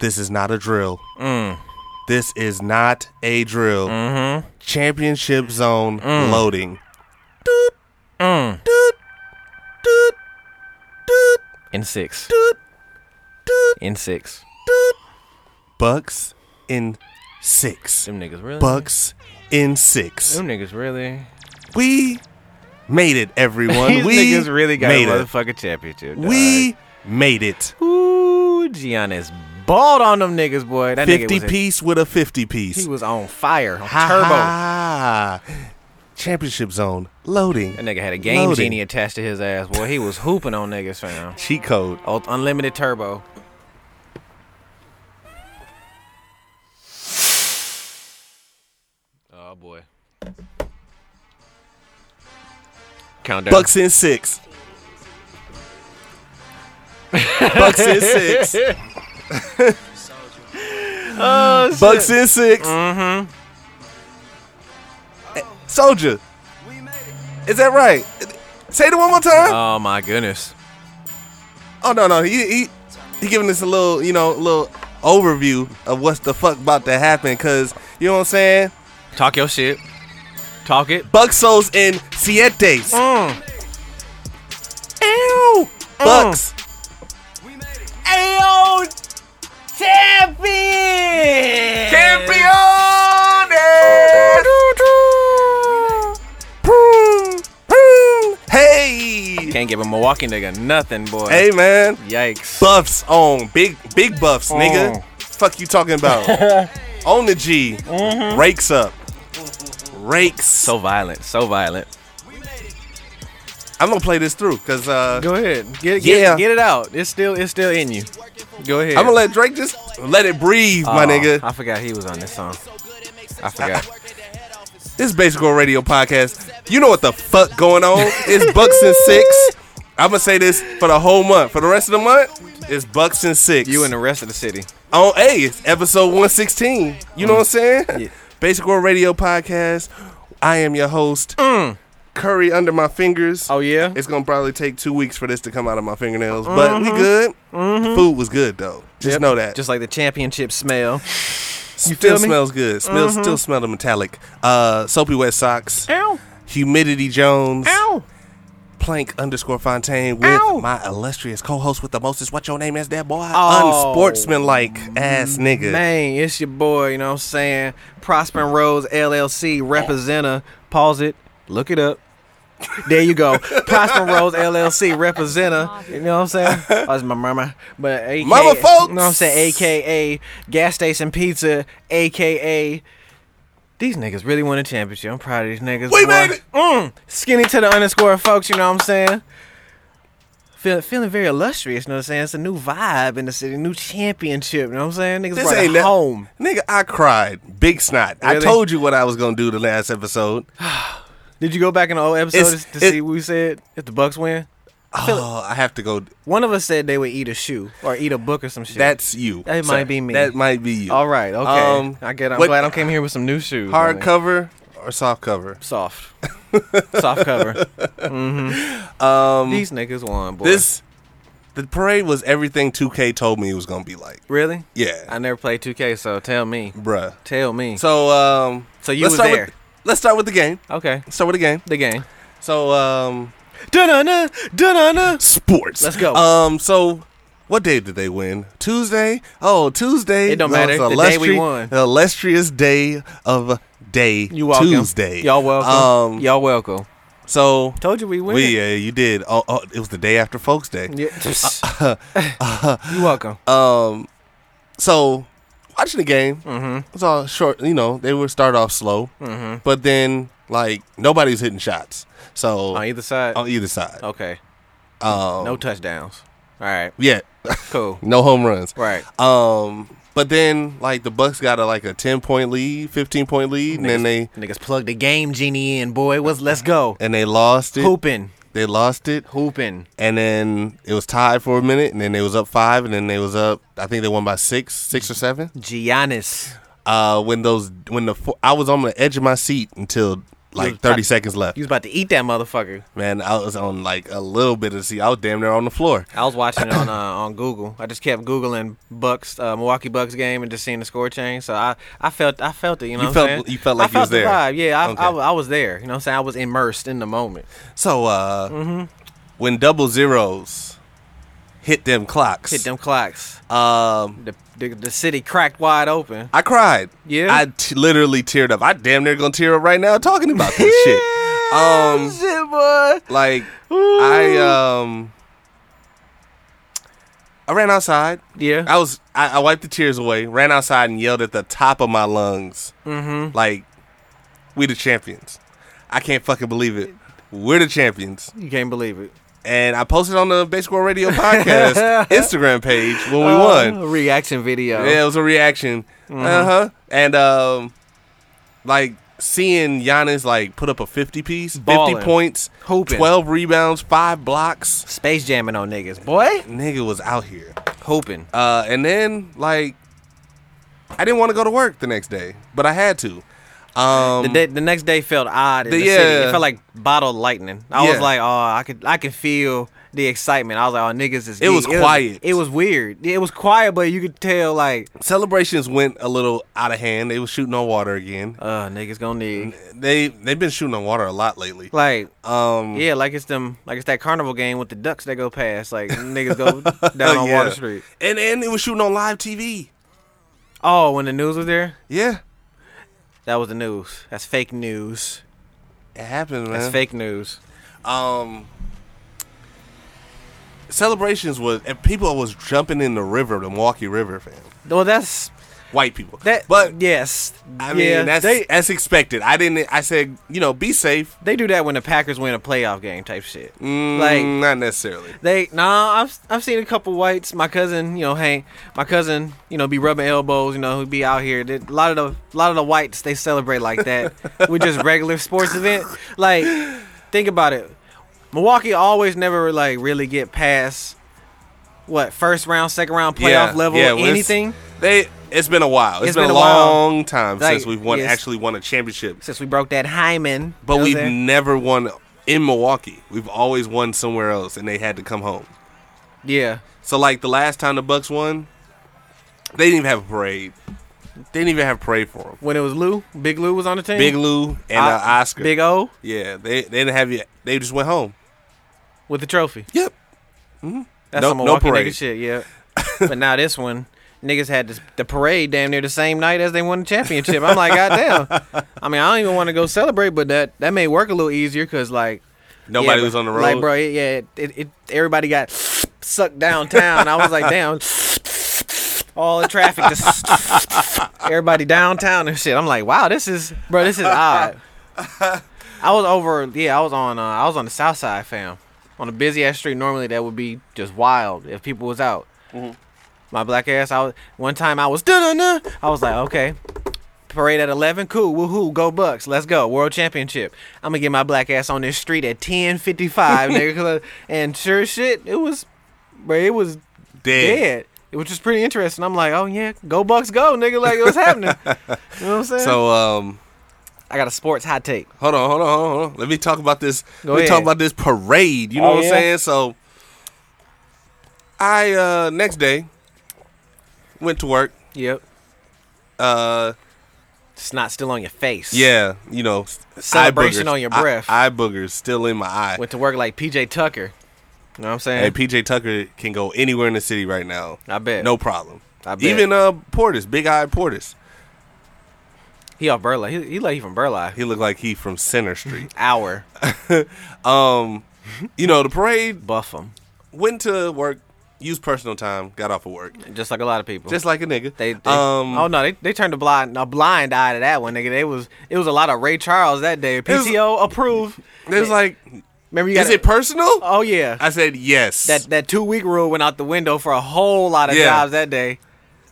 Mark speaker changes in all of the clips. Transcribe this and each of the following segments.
Speaker 1: This is not a drill.
Speaker 2: Mm.
Speaker 1: This is not a drill.
Speaker 2: Mm-hmm.
Speaker 1: Championship zone
Speaker 2: Mm.
Speaker 1: loading. Doot, doot, doot, doot,
Speaker 2: In six.
Speaker 1: doot, doot,
Speaker 2: In six.
Speaker 1: doot. Bucks in six.
Speaker 2: Them niggas really.
Speaker 1: Bucks in six.
Speaker 2: Them niggas really.
Speaker 1: We made it, everyone.
Speaker 2: These
Speaker 1: we
Speaker 2: niggas really got
Speaker 1: made
Speaker 2: a
Speaker 1: it.
Speaker 2: motherfucking championship. dog.
Speaker 1: We made it.
Speaker 2: Ooh, Giannis balled on them niggas, boy. That nigga
Speaker 1: Fifty
Speaker 2: was a-
Speaker 1: piece with a fifty piece.
Speaker 2: He was on fire, on
Speaker 1: Ha
Speaker 2: turbo.
Speaker 1: ha. Championship zone loading.
Speaker 2: That nigga had a game
Speaker 1: Loading.
Speaker 2: genie attached to his ass, boy. He was hooping on niggas, fam.
Speaker 1: Cheat code.
Speaker 2: Oh, unlimited turbo. Oh boy. Countdown.
Speaker 1: Bucks in six. Bucks in six.
Speaker 2: Oh,
Speaker 1: Bucks in 6 Mm-hmm. Eh, Soldier. Is that right? Say it one more time.
Speaker 2: Oh my goodness.
Speaker 1: oh no no he he he giving us a little you know little overview of what's the fuck about to happen because you know what I'm saying.
Speaker 2: Talk your shit. Talk it.
Speaker 1: Bucks souls in sietes.
Speaker 2: Mm.
Speaker 1: Ew. Bucks.
Speaker 2: Ayo, champion.
Speaker 1: Campeones! Vroom, vroom. Hey!
Speaker 2: Can't give a Milwaukee nigga nothing, boy.
Speaker 1: Hey man.
Speaker 2: Yikes.
Speaker 1: Buffs on. Big big buffs, nigga.
Speaker 2: Mm.
Speaker 1: Fuck you talking about. on the G. Rakes up. Rakes.
Speaker 2: so violent. So violent.
Speaker 1: I'm gonna play this through because uh
Speaker 2: Go ahead. Get, get,
Speaker 1: Yeah.
Speaker 2: get it out. It's still it's still in you. Go ahead.
Speaker 1: I'm gonna let Drake just let it breathe, my
Speaker 2: Aw,
Speaker 1: nigga.
Speaker 2: Uh, I forgot he was on this song. I forgot.
Speaker 1: This is Basic Girl Radio Podcast. You know what the fuck going on? It's Bucks and Six. I'm gonna say this for the whole month. For the rest of the month, it's Bucks and Six.
Speaker 2: you and the rest of the city.
Speaker 1: on A, it's episode 116. You know what I'm saying? Basic World Radio Podcast. I am your host, Curry Under My Fingers.
Speaker 2: Mm. Oh yeah. Mm-hmm.
Speaker 1: It's gonna probably take two weeks for this to come out of my fingernails, but we good. Food was good though. Just
Speaker 2: Yep.
Speaker 1: know that. Just
Speaker 2: Just like the championship smell.
Speaker 1: still
Speaker 2: feel me? Mm-hmm.
Speaker 1: smells good. Smells still smell the metallic. Uh, soapy wet socks.
Speaker 2: Ow.
Speaker 1: Humidity Jones.
Speaker 2: Ow.
Speaker 1: Plank underscore Fontaine with
Speaker 2: Ow.
Speaker 1: my illustrious co-host with the most is what your name is that boy
Speaker 2: Oh,
Speaker 1: unsportsmanlike ass nigga
Speaker 2: Man, it's your boy, you know what I'm saying? Prosper and Rose LLC representer. Pause it. Look it up. There you go. Prosper and Rose LLC representer. You know what I'm saying? Oh, it's my mama. But AKA,
Speaker 1: Mama folks.
Speaker 2: You know what I'm saying? AKA Gas Station Pizza. AKA These niggas really won a championship. I'm proud of these niggas.
Speaker 1: We
Speaker 2: boy.
Speaker 1: made it.
Speaker 2: Mm, skinny to the underscore folks, you know what I'm saying? Feel, feeling very illustrious, you know what I'm saying? It's a new vibe in the city, new championship, you know what I'm saying? Niggas
Speaker 1: this
Speaker 2: brought it
Speaker 1: ain't that-
Speaker 2: home.
Speaker 1: nigga I cried big snot I
Speaker 2: Really?
Speaker 1: told you what I was gonna do the last episode
Speaker 2: Did you go back in the old episode
Speaker 1: It's-
Speaker 2: to
Speaker 1: it-
Speaker 2: see what we said? If the Bucks win?
Speaker 1: oh I have to go
Speaker 2: One of us said they would eat a shoe or eat a book or some shit.
Speaker 1: that's you
Speaker 2: That might be me.
Speaker 1: that might be you
Speaker 2: all right, okay.
Speaker 1: Um,
Speaker 2: I get I'm
Speaker 1: what-
Speaker 2: glad I came here with some new shoes.
Speaker 1: hard
Speaker 2: homie.
Speaker 1: cover or soft cover
Speaker 2: soft. soft cover. Mm-hmm. Um These niggas won, boy.
Speaker 1: this the parade was everything 2K told me it was gonna be like
Speaker 2: really?
Speaker 1: yeah
Speaker 2: I never played 2K, so tell me.
Speaker 1: bruh
Speaker 2: Tell me.
Speaker 1: so um
Speaker 2: So you
Speaker 1: let's
Speaker 2: was
Speaker 1: start
Speaker 2: there.
Speaker 1: with, let's start with the game
Speaker 2: okay.
Speaker 1: let's start with the game
Speaker 2: The game.
Speaker 1: so um
Speaker 2: Dun-dun-dun, dun-dun-dun.
Speaker 1: sports.
Speaker 2: Let's go.
Speaker 1: Um, so what day did they win? Tuesday. Oh, Tuesday.
Speaker 2: It don't
Speaker 1: was
Speaker 2: matter. The day we
Speaker 1: illustri-
Speaker 2: won.
Speaker 1: the illustrious day of day.
Speaker 2: You welcome.
Speaker 1: Tuesday.
Speaker 2: Y'all welcome.
Speaker 1: Um,
Speaker 2: Y'all welcome.
Speaker 1: So
Speaker 2: Told you we win.
Speaker 1: we yeah, you did. Oh, oh, it was the day after Folks Day.
Speaker 2: Yeah. you welcome.
Speaker 1: Um, so watching the game
Speaker 2: Mm. Mm-hmm.
Speaker 1: it was all short. You know, they would start off slow, but then like nobody's hitting shots. So
Speaker 2: On either side.
Speaker 1: on either side.
Speaker 2: okay.
Speaker 1: Um,
Speaker 2: Oh, No touchdowns. All right.
Speaker 1: yeah,
Speaker 2: Cool.
Speaker 1: no home runs.
Speaker 2: Right.
Speaker 1: Um, but then like the Bucks got a, like a ten point lead, fifteen point lead, and then they
Speaker 2: niggas plugged the game genie in, boy. Was let's go.
Speaker 1: and they lost it.
Speaker 2: Hooping.
Speaker 1: They lost it,
Speaker 2: Hooping.
Speaker 1: and then it was tied for a minute, and then they was up five, and then they was up. I think they won by six, six or seven.
Speaker 2: Giannis.
Speaker 1: Uh, when those when the four, I was on the edge of my seat until like 30 seconds left.
Speaker 2: You was about to eat that motherfucker.
Speaker 1: Man, I was on like a little bit of sea. I was damn near on the floor.
Speaker 2: I was watching it on uh, on Google. I just kept googling Bucks uh, Milwaukee Bucks game and just seeing the score change. So I, I felt I felt it. You know,
Speaker 1: You
Speaker 2: what
Speaker 1: felt-
Speaker 2: I'm saying?
Speaker 1: you felt like
Speaker 2: I
Speaker 1: you was
Speaker 2: felt the
Speaker 1: there.
Speaker 2: Vibe. Yeah, I,
Speaker 1: Okay.
Speaker 2: I, I was there. You know, what I'm saying I was immersed in the moment.
Speaker 1: So uh
Speaker 2: Mm-hmm.
Speaker 1: when double zeros hit them clocks,
Speaker 2: Hit them clocks.
Speaker 1: um
Speaker 2: The, the the city cracked wide open.
Speaker 1: I cried.
Speaker 2: Yeah.
Speaker 1: I t- literally teared up. I damn near gonna tear up right now talking about this shit. Um,
Speaker 2: shit, boy.
Speaker 1: Like I um I ran outside.
Speaker 2: Yeah.
Speaker 1: I was I, I wiped the tears away, ran outside and yelled at the top of my lungs. Mm-hmm. Like, we the champions. I can't fucking believe it. We're the champions.
Speaker 2: you can't believe it.
Speaker 1: And I posted on the Baseball Radio Podcast Instagram page when we won.
Speaker 2: Uh, reaction video.
Speaker 1: Yeah, it was a reaction.
Speaker 2: Mm-hmm.
Speaker 1: Uh huh. And um, like seeing Giannis like put up a fifty piece,
Speaker 2: Ballin'.
Speaker 1: fifty points,
Speaker 2: Hoopin'.
Speaker 1: twelve rebounds, five blocks.
Speaker 2: Space jamming on niggas, boy.
Speaker 1: Nigga was out here.
Speaker 2: Hoping.
Speaker 1: Uh, and then like, I didn't want to go to work the next day, but I had to. Um,
Speaker 2: The, day, the next day felt odd. In
Speaker 1: The-
Speaker 2: the city.
Speaker 1: yeah.
Speaker 2: It felt like bottled lightning. I
Speaker 1: Yeah.
Speaker 2: was like, oh, I could, I could feel the excitement. I was like, oh, niggas is.
Speaker 1: It was
Speaker 2: geek.
Speaker 1: quiet.
Speaker 2: It was, weird. It was quiet, but you could tell like,
Speaker 1: celebrations went a little out of hand. They was shooting on water again.
Speaker 2: uh, niggas gonna need
Speaker 1: They they've been shooting on water a lot lately.
Speaker 2: like.
Speaker 1: Um,
Speaker 2: Yeah, like it's them, like it's that carnival game with the ducks that go past, like niggas go down on
Speaker 1: yeah.
Speaker 2: Water Street.
Speaker 1: and and it was shooting on live TV.
Speaker 2: Oh, when the news was there,
Speaker 1: Yeah,
Speaker 2: that was the news. That's fake news.
Speaker 1: it happened, man.
Speaker 2: That's fake news.
Speaker 1: um celebrations was and people was jumping in the river the milwaukee river fam
Speaker 2: Well, that's
Speaker 1: white people
Speaker 2: that.
Speaker 1: but
Speaker 2: yes,
Speaker 1: i mean
Speaker 2: yeah,
Speaker 1: that's
Speaker 2: they
Speaker 1: that's expected i didn't i said you know be safe
Speaker 2: they do that when the Packers win a playoff game type shit.
Speaker 1: Mm,
Speaker 2: Like
Speaker 1: not necessarily
Speaker 2: They nah, I've I've seen a couple whites. My cousin, you know, Hank. My cousin, you know, be rubbing elbows. You know, who be out here. They- A lot of the lot of the whites they celebrate like that with just regular sports event. Like, think about it. Milwaukee always never like really get past what first round, second round playoff
Speaker 1: yeah,
Speaker 2: level,
Speaker 1: yeah, when it's-
Speaker 2: anything
Speaker 1: they it's been a while it's
Speaker 2: It's
Speaker 1: been,
Speaker 2: been
Speaker 1: a
Speaker 2: a while.
Speaker 1: long time
Speaker 2: Like,
Speaker 1: since we've won
Speaker 2: yes.
Speaker 1: actually won a championship
Speaker 2: since we broke that hymen.
Speaker 1: but
Speaker 2: you know
Speaker 1: we've
Speaker 2: what I'm saying?
Speaker 1: never won in milwaukee we've always won somewhere else and they had to come home
Speaker 2: yeah,
Speaker 1: so like the last time the bucks won they didn't even have a parade they didn't even have a parade for them
Speaker 2: when it was Lou, Big Lou was on the team.
Speaker 1: Big Lou and
Speaker 2: I-
Speaker 1: uh, Oscar.
Speaker 2: Big O
Speaker 1: yeah, they they didn't have you. They just went home.
Speaker 2: with the trophy.
Speaker 1: Yep.
Speaker 2: That's
Speaker 1: No-
Speaker 2: some
Speaker 1: no
Speaker 2: Milwaukee
Speaker 1: parade.
Speaker 2: nigga shit, yeah. but now this one, niggas had this, the parade damn near the same night as they won the championship. I'm like, goddamn. I mean, I don't even want to go celebrate, but that that made work a little easier because like
Speaker 1: Nobody
Speaker 2: yeah,
Speaker 1: was on the road.
Speaker 2: Like, bro, it, yeah, it, it, it everybody got sucked downtown. I was like, damn. All the traffic, just everybody downtown and shit. I'm like, wow, this is, bro, this is odd. I was over, yeah, I was on, uh, I was on the south side, fam, on a busy ass street. Normally, that would be just wild if people was out.
Speaker 1: Mm-hmm.
Speaker 2: My black ass, I was one time I was, dun-dun-dun. I was like, okay, Parade at 11, cool, woohoo, go Bucks, let's go, World Championship. I'm gonna get my black ass on this street at 10:55, nigga. 'cause I- And sure as shit, it was, bro, it was
Speaker 1: Dead.
Speaker 2: dead, which was pretty interesting. I'm like, oh yeah, go Bucks, go, nigga, like what's happening? you know what I'm saying?
Speaker 1: So um,
Speaker 2: I got a sports hot take.
Speaker 1: hold on, hold on, hold on, hold on. Let me talk about this.
Speaker 2: Go
Speaker 1: let me talk
Speaker 2: ahead.
Speaker 1: about this parade. You know
Speaker 2: Oh,
Speaker 1: what I'm
Speaker 2: yeah?
Speaker 1: saying? So I uh next day went to work.
Speaker 2: Yep,
Speaker 1: Uh,
Speaker 2: it's not still on your face.
Speaker 1: yeah, you know, eye
Speaker 2: Celebration
Speaker 1: boogers.
Speaker 2: on your
Speaker 1: Eye-
Speaker 2: breath.
Speaker 1: Eye, boogers still in my eye.
Speaker 2: went to work like PJ Tucker. You know what I'm
Speaker 1: Hey,
Speaker 2: saying?
Speaker 1: PJ Tucker can go anywhere in the city right now.
Speaker 2: I bet.
Speaker 1: No problem.
Speaker 2: I bet.
Speaker 1: Even uh Portis, big eye Portis.
Speaker 2: he off Burla. He, he like he from Burla.
Speaker 1: He looked like he from Center Street.
Speaker 2: Hour,
Speaker 1: Um, you know, the parade
Speaker 2: buff him,
Speaker 1: went to work, used personal time, got off of work,
Speaker 2: just like a lot of people.
Speaker 1: just like a nigga.
Speaker 2: They, they
Speaker 1: um,
Speaker 2: oh no, they, they turned a blind a blind eye to that one, nigga. They was it was a lot of Ray Charles that day.
Speaker 1: was-
Speaker 2: PTO approved.
Speaker 1: they was like,
Speaker 2: remember you
Speaker 1: is
Speaker 2: got
Speaker 1: it personal?
Speaker 2: Oh yeah,
Speaker 1: I said yes.
Speaker 2: that that two week rule went out the window for a whole lot of
Speaker 1: Yeah.
Speaker 2: jobs that day.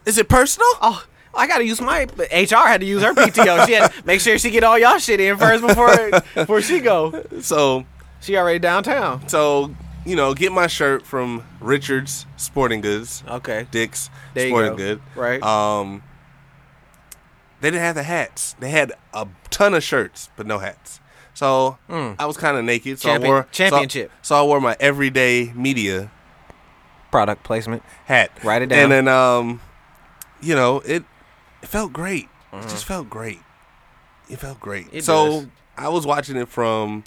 Speaker 1: is it personal?
Speaker 2: Oh, I gotta use my but HR had to use her PTO. she had to make sure she get all y'all shit in first before before she go.
Speaker 1: So,
Speaker 2: She already downtown.
Speaker 1: so you know, get my shirt from Richards Sporting Goods,
Speaker 2: Okay,
Speaker 1: Dick's
Speaker 2: Oh. There you
Speaker 1: Sporting
Speaker 2: go.
Speaker 1: Good.
Speaker 2: Right.
Speaker 1: Um, they didn't have the hats. They had a ton of shirts, but no hats. So I was kind of naked. So
Speaker 2: Hmm. Champion-
Speaker 1: I wore so I-
Speaker 2: championship.
Speaker 1: So, I wore my everyday media
Speaker 2: Product placement.
Speaker 1: hat.
Speaker 2: Write it down.
Speaker 1: And then um, you know it, it felt great. It just felt great. It felt great.
Speaker 2: Mm-hmm. It
Speaker 1: so
Speaker 2: does.
Speaker 1: I was watching it from.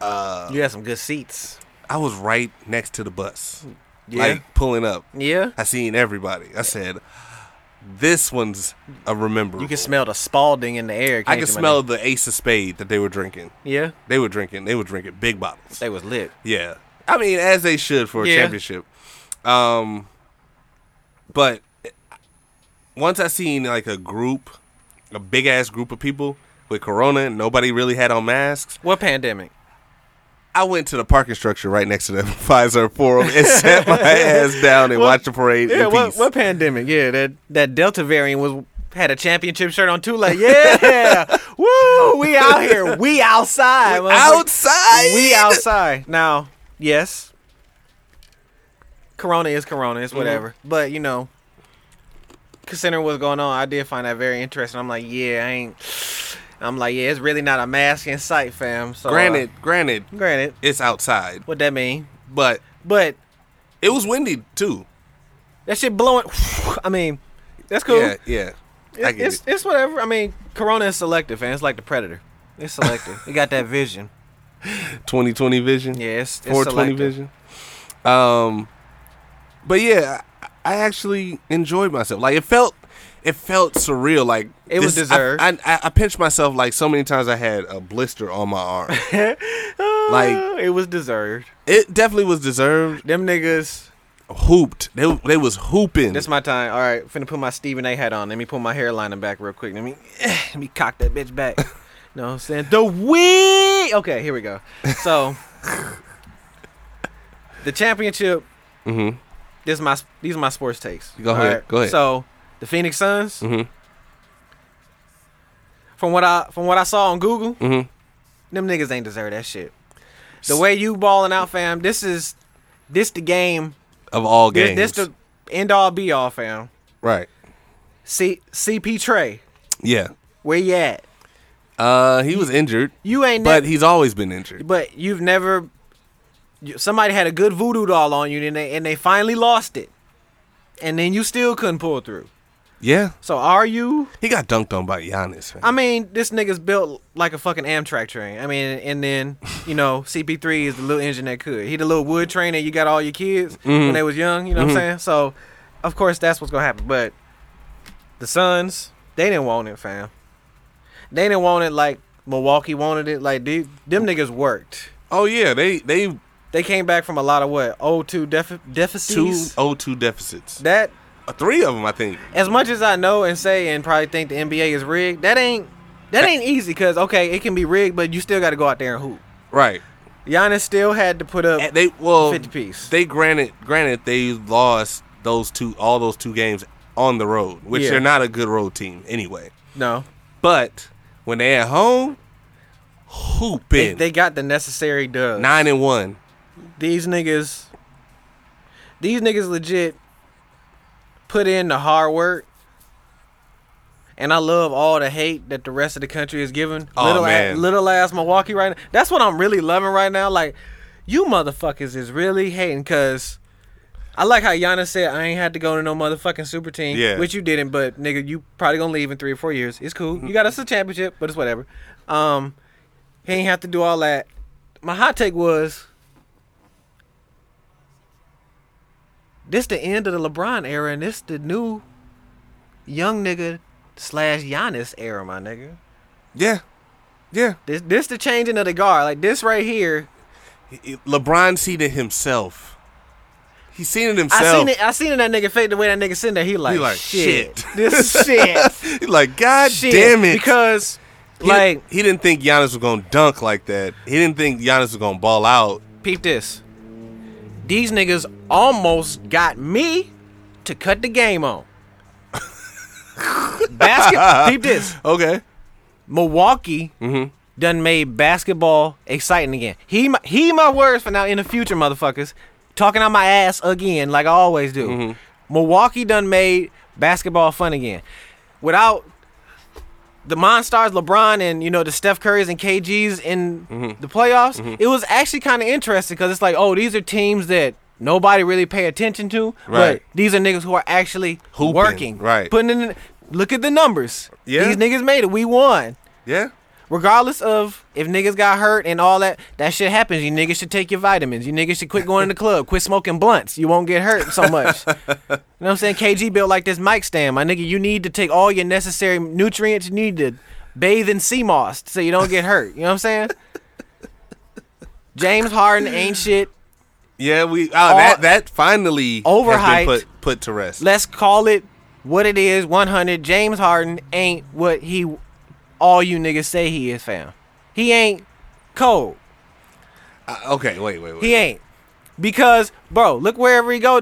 Speaker 1: Uh,
Speaker 2: You had some good seats.
Speaker 1: I was right next to the bus,
Speaker 2: Yeah.
Speaker 1: like pulling up.
Speaker 2: yeah.
Speaker 1: I seen everybody. I said, "This one's a remember."
Speaker 2: You can smell the Spalding in the air.
Speaker 1: I
Speaker 2: can't
Speaker 1: can
Speaker 2: you, my
Speaker 1: smell
Speaker 2: nigga?
Speaker 1: the Ace of Spade that they were drinking.
Speaker 2: Yeah.
Speaker 1: They were drinking. They were drinking big bottles.
Speaker 2: They was lit.
Speaker 1: Yeah. I mean, as they should for a
Speaker 2: Yeah.
Speaker 1: championship. Um but once I seen like a group, a big ass group of people with corona and nobody really had on masks,
Speaker 2: What pandemic?
Speaker 1: I went to the parking structure right next to the Pfizer Forum and sat my ass down and watched the parade
Speaker 2: Yeah,
Speaker 1: in
Speaker 2: what,
Speaker 1: peace.
Speaker 2: what pandemic? Yeah, that that Delta variant was had a championship shirt on too. Like, yeah, woo, we out here, we outside, motherfucker.
Speaker 1: Outside
Speaker 2: we outside. Now, yes, Corona is Corona,
Speaker 1: Mm-hmm.
Speaker 2: it's whatever. But you know, considering what's going on, I did find that very interesting. I'm like, yeah, I ain't. I'm like, yeah, it's really not a mask in sight, fam. So, uh,
Speaker 1: Granted, granted,
Speaker 2: granted,
Speaker 1: it's outside,
Speaker 2: what that mean?
Speaker 1: but
Speaker 2: But
Speaker 1: it was windy too.
Speaker 2: that shit blowing. I mean, that's cool.
Speaker 1: Yeah, yeah. I
Speaker 2: It-
Speaker 1: get
Speaker 2: it's,
Speaker 1: it.
Speaker 2: it's whatever. I mean, Corona is selective, and it's like the Predator. It's selective. you got that vision.
Speaker 1: 2020 vision.
Speaker 2: Yeah, it's, it's
Speaker 1: 420
Speaker 2: selective.
Speaker 1: vision. Um, but yeah, I, I actually enjoyed myself. Like it felt, it felt surreal. Like
Speaker 2: It was
Speaker 1: I-
Speaker 2: deserved.
Speaker 1: I, I, I pinched myself like so many times. I had a blister on my arm.
Speaker 2: like Ah, it was deserved.
Speaker 1: it definitely was deserved.
Speaker 2: Them niggas.
Speaker 1: Hooped. They they was hooping.
Speaker 2: This my time. All right, finna put my Stephen A. hat on. Let me pull my hairline back real quick. Let me let me cock that bitch back. You know what I'm saying? The wee. Okay, here we go. So the championship.
Speaker 1: Mhm.
Speaker 2: This my these are my sports takes.
Speaker 1: Go ahead, go ahead.
Speaker 2: So the Phoenix Suns.
Speaker 1: Mhm.
Speaker 2: From what I from what I saw on Google,
Speaker 1: Mhm.
Speaker 2: them niggas ain't deserve that shit. The way you balling out, fam. This is this the game.
Speaker 1: of all
Speaker 2: This,
Speaker 1: games.
Speaker 2: this the end all be all, fam.
Speaker 1: right.
Speaker 2: C CP Trey,
Speaker 1: Yeah.
Speaker 2: where you at?
Speaker 1: Uh, he was injured,
Speaker 2: You ain't
Speaker 1: but
Speaker 2: never,
Speaker 1: he's always been injured.
Speaker 2: but you've never. you- Somebody had a good voodoo doll on you, and they and they finally lost it, and then you still couldn't pull through.
Speaker 1: Yeah.
Speaker 2: So are you?
Speaker 1: He got dunked on by Giannis. man.
Speaker 2: I mean, this nigga's built like a fucking Amtrak train. I mean, and then you know, CP3 is the little engine that could. He the little wood train that you got all your kids when they was young. You know what I'm saying? So, of course, that's what's gonna happen. But the Suns, they didn't want it, fam. They didn't want it like Milwaukee wanted it. Like dude, them niggas worked.
Speaker 1: oh yeah, they they
Speaker 2: They came back from a lot of what 0-2 defi-
Speaker 1: two
Speaker 2: deficits.
Speaker 1: oh two deficits.
Speaker 2: That
Speaker 1: Uh, Three of them, I think.
Speaker 2: as much as I know and say and probably think the NBA is rigged, that ain't that ain't easy because okay, it can be rigged, but you still got to go out there and hoop.
Speaker 1: Right.
Speaker 2: Giannis still had to put up.
Speaker 1: And they well
Speaker 2: 50 piece.
Speaker 1: They granted granted they lost those two all those two games on the road, which
Speaker 2: Yeah.
Speaker 1: they're not a good road team anyway.
Speaker 2: no,
Speaker 1: But when they at home,
Speaker 2: they,
Speaker 1: hooping
Speaker 2: they got the necessary dub.
Speaker 1: nine and one.
Speaker 2: these niggas, these niggas legit put in the hard work. And I love all the hate that the rest of the country is giving.
Speaker 1: Oh,
Speaker 2: little,
Speaker 1: man.
Speaker 2: Ass, little ass Milwaukee right now. That's what I'm really loving right now. Like, you motherfuckers is really hating because I like how Giannis said, I ain't had to go to no motherfucking super team.
Speaker 1: Yeah.
Speaker 2: Which you didn't, but nigga, you probably gonna leave in three or four years. It's cool. You got us a championship, but it's whatever. Um, he ain't have to do all that. My hot take was this the end of the LeBron era, and this the new young nigga slash Giannis era, my nigga.
Speaker 1: Yeah. Yeah.
Speaker 2: This this the changing of the guard. Like this right here.
Speaker 1: He- he- LeBron seen it himself. He seen it himself.
Speaker 2: I seen it. I seen it. in That nigga fake the way that nigga sitting there. He like,
Speaker 1: He like,
Speaker 2: shit.
Speaker 1: shit.
Speaker 2: This shit.
Speaker 1: He like, God
Speaker 2: shit.
Speaker 1: damn it.
Speaker 2: Because
Speaker 1: he,
Speaker 2: like
Speaker 1: didn't- he didn't think Giannis was gonna dunk like that. He didn't think Giannis was gonna ball out.
Speaker 2: peep this. These niggas almost got me to cut the game on. Basket. peep this.
Speaker 1: Okay.
Speaker 2: Milwaukee
Speaker 1: Mm-hmm.
Speaker 2: done made basketball exciting again. He my, he my words for now in the future, motherfuckers. Talking on my ass again, like I always do.
Speaker 1: Mm-hmm.
Speaker 2: Milwaukee done made basketball fun again. Without the Monstars, LeBron, and you know the Steph Currys and KGs in
Speaker 1: Mm-hmm.
Speaker 2: the playoffs, it was actually kind of interesting because it's like, oh, these are teams that nobody really pay attention to,
Speaker 1: Right.
Speaker 2: but these are niggas who are actually
Speaker 1: Hooping,
Speaker 2: working,
Speaker 1: right.
Speaker 2: Putting in, look at the numbers.
Speaker 1: Yeah.
Speaker 2: these niggas made it. We won.
Speaker 1: Yeah.
Speaker 2: Regardless of if niggas got hurt and all that, that shit happens. You niggas should take your vitamins. You niggas should quit going to the club. Quit smoking blunts. You won't get hurt so much. you know what I'm saying? KG built like this mic stand. My nigga, you need to take all your necessary nutrients. You need to bathe in sea moss so you don't get hurt. You know what I'm saying? James Harden ain't shit.
Speaker 1: Yeah, we oh, that that finally
Speaker 2: Overhyped.
Speaker 1: has been put put to rest.
Speaker 2: Let's call it what it is 100. James Harden ain't what he, all you niggas say he is, fam. He ain't cold.
Speaker 1: Uh, okay, wait, wait, wait.
Speaker 2: He ain't. Because, bro, look wherever he go,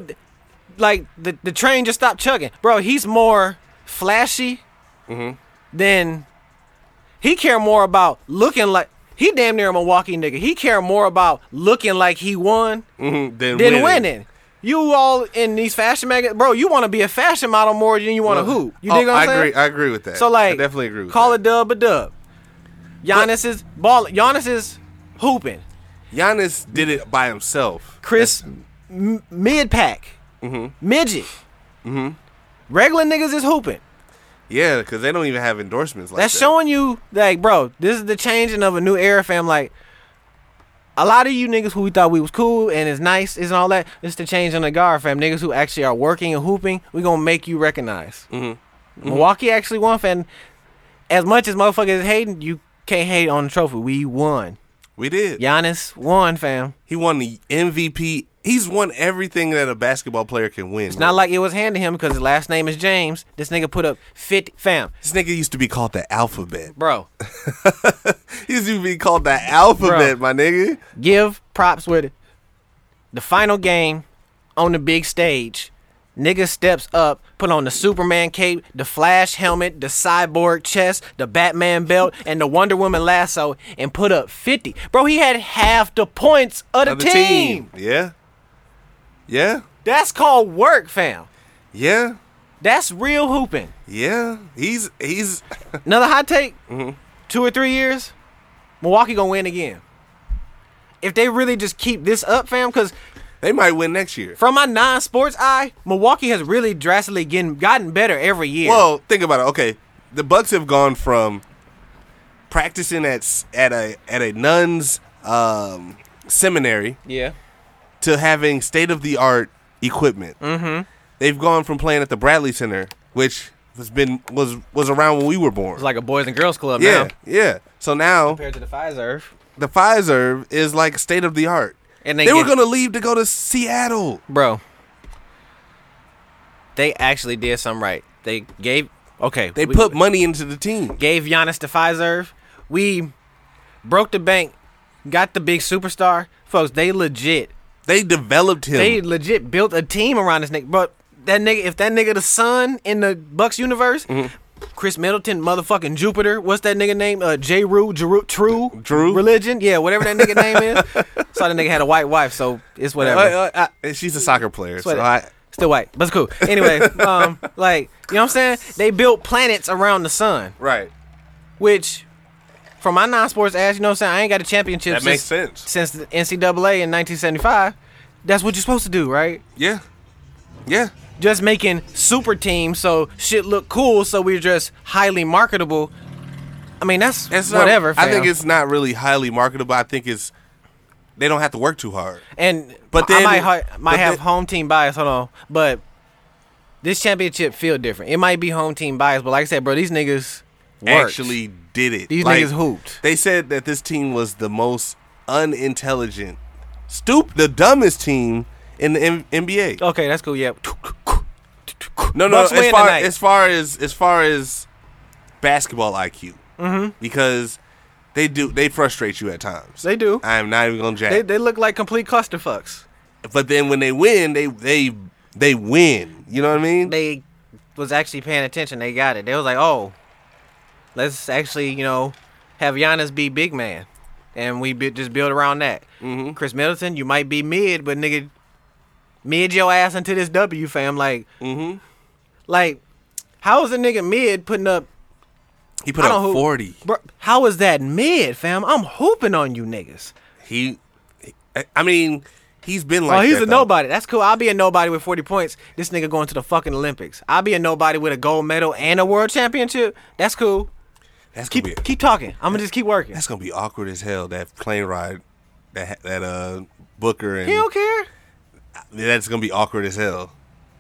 Speaker 2: like the, the train just stopped chugging. Bro, he's more flashy
Speaker 1: Mm-hmm.
Speaker 2: than he care more about looking like he damn near a Milwaukee nigga. He care more about looking like he won
Speaker 1: Mhm, then
Speaker 2: than
Speaker 1: winning.
Speaker 2: winning. You all in these fashion magazines, bro. You want to be a fashion model more than you want to hoop. You
Speaker 1: oh,
Speaker 2: dig what I'm
Speaker 1: I
Speaker 2: saying?
Speaker 1: agree. I agree with that.
Speaker 2: So like,
Speaker 1: I definitely agree. With
Speaker 2: call
Speaker 1: that.
Speaker 2: it dub a dub. Giannis is ball. Giannis is hooping.
Speaker 1: Giannis did it by himself.
Speaker 2: Chris m- mid pack, midget, regular niggas is hooping.
Speaker 1: Yeah, because they don't even have endorsements like
Speaker 2: That's
Speaker 1: that.
Speaker 2: showing you, like, bro, this is the changing of a new era, fam. Like, a lot of you niggas who we thought we was cool and is nice is and all that. This the change on the guard, fam. Niggas who actually are working and hooping, we gonna make you recognize. Milwaukee actually won, fam. As much as motherfuckers is hating, you can't hate on the trophy. We won.
Speaker 1: We did.
Speaker 2: Giannis won, fam.
Speaker 1: He won the MVP. He's won everything that a basketball player can win.
Speaker 2: It's not like it was handed to him because his last name is James. This nigga put up 50. Fam,
Speaker 1: this nigga used to be called the alphabet.
Speaker 2: bro,
Speaker 1: He used to be called the alphabet, my nigga.
Speaker 2: give props with the final game on the big stage. Nigga steps up, put on the Superman cape, the Flash helmet, the cyborg chest, the Batman belt, and the Wonder Woman lasso, and put up 50. Bro, he had half the points of the,
Speaker 1: Of the
Speaker 2: team.
Speaker 1: Yeah. Yeah.
Speaker 2: That's called work, fam.
Speaker 1: Yeah.
Speaker 2: That's real hooping.
Speaker 1: Yeah. He's he's
Speaker 2: Another hot take.
Speaker 1: Mm-hmm.
Speaker 2: Two or three years, Milwaukee gonna win again. If they really just keep this up, fam, because
Speaker 1: they might win next year.
Speaker 2: from my non-sports eye, Milwaukee has really drastically getting, gotten better every year.
Speaker 1: Well, think about it. Okay, the Bucks have gone from practicing at s- at a at a nun's um, seminary
Speaker 2: yeah,
Speaker 1: to having state of the art equipment. Mm-hmm. They've gone from playing at the Bradley Center, which has been was was around when we were born.
Speaker 2: it's like a boys and girls club
Speaker 1: yeah,
Speaker 2: now
Speaker 1: yeah. So now
Speaker 2: compared to the Pfizer.
Speaker 1: the Pfizer is like state of the art.
Speaker 2: And
Speaker 1: They,
Speaker 2: they,
Speaker 1: were
Speaker 2: get-
Speaker 1: gonna leave to go to Seattle.
Speaker 2: bro. They actually did something right. They gave okay.
Speaker 1: They
Speaker 2: we-
Speaker 1: put money into the team.
Speaker 2: gave Giannis the Pfizer. We broke the bank, got the big superstar, folks. They legit
Speaker 1: They developed him.
Speaker 2: They legit built a team around this nigga. But that nigga, if that nigga the son in the Bucks universe,
Speaker 1: Mm-hmm.
Speaker 2: Chris Middleton, motherfucking Jupiter, what's that nigga name? Uh, J. Rue, Drew, True,
Speaker 1: Drew?
Speaker 2: Religion, yeah, whatever that nigga name is. Saw that nigga had a white wife, so it's whatever.
Speaker 1: Uh, uh, uh, she's a soccer player, so
Speaker 2: Whatever.
Speaker 1: I,
Speaker 2: Still white, but it's cool. Anyway, um, like you know what I'm saying? They built planets around the sun,
Speaker 1: right.
Speaker 2: which, for my non-sports ass, you know what I'm saying? I ain't got a championship.
Speaker 1: That makes
Speaker 2: since-
Speaker 1: sense.
Speaker 2: Since the NCAA in 1975, that's what you're supposed to do, right?
Speaker 1: Yeah. Yeah.
Speaker 2: just making super teams so shit look cool so we're just highly marketable. I mean that's,
Speaker 1: It's not-
Speaker 2: whatever.
Speaker 1: I think
Speaker 2: fam.
Speaker 1: it's not really highly marketable. I think it's they don't have to work too hard.
Speaker 2: and
Speaker 1: but
Speaker 2: but
Speaker 1: then-
Speaker 2: I might, ha- might
Speaker 1: but
Speaker 2: have
Speaker 1: then-
Speaker 2: home team bias. Hold on, but this championship feel different. It might be home team bias, but like I said, bro, these niggas worked.
Speaker 1: Actually did it.
Speaker 2: These niggas hooped.
Speaker 1: They said that this team was the most unintelligent, stoop the dumbest team in the M- NBA.
Speaker 2: okay, that's cool. Yeah,
Speaker 1: no, no,
Speaker 2: Oh, Bucks
Speaker 1: as
Speaker 2: win
Speaker 1: far
Speaker 2: tonight.
Speaker 1: as far as as far as basketball IQ. Mm-hmm. Because they do they frustrate you at times.
Speaker 2: They do.
Speaker 1: I am not even going to jack.
Speaker 2: they they look like complete clusterfucks.
Speaker 1: but then when they win, they they they win. You know what I mean?
Speaker 2: They was actually paying attention. They got it. They was like, oh, let's actually you know have Giannis be big man, and we bu just build around that. Chris Middleton, you might be mid, but nigga, mid your ass into this W fam. Like, like, how is a nigga mid putting up
Speaker 1: He put
Speaker 2: I
Speaker 1: up
Speaker 2: don't hoop.
Speaker 1: forty.
Speaker 2: Bro, how is that mid, fam? I'm hooping on you niggas.
Speaker 1: He, I- I mean, he's been
Speaker 2: Oh,
Speaker 1: like.
Speaker 2: he's
Speaker 1: that,
Speaker 2: a
Speaker 1: though.
Speaker 2: nobody. That's cool. I'll be a nobody with 40 points. This nigga going to the fucking Olympics. I'll be a nobody with a gold medal and a world championship. That's cool.
Speaker 1: That's
Speaker 2: Keep
Speaker 1: gonna be,
Speaker 2: keep talking. I'm gonna just keep working.
Speaker 1: that's gonna be awkward as hell. That plane ride, that that uh Booker and
Speaker 2: He don't care.
Speaker 1: that's gonna be awkward as hell.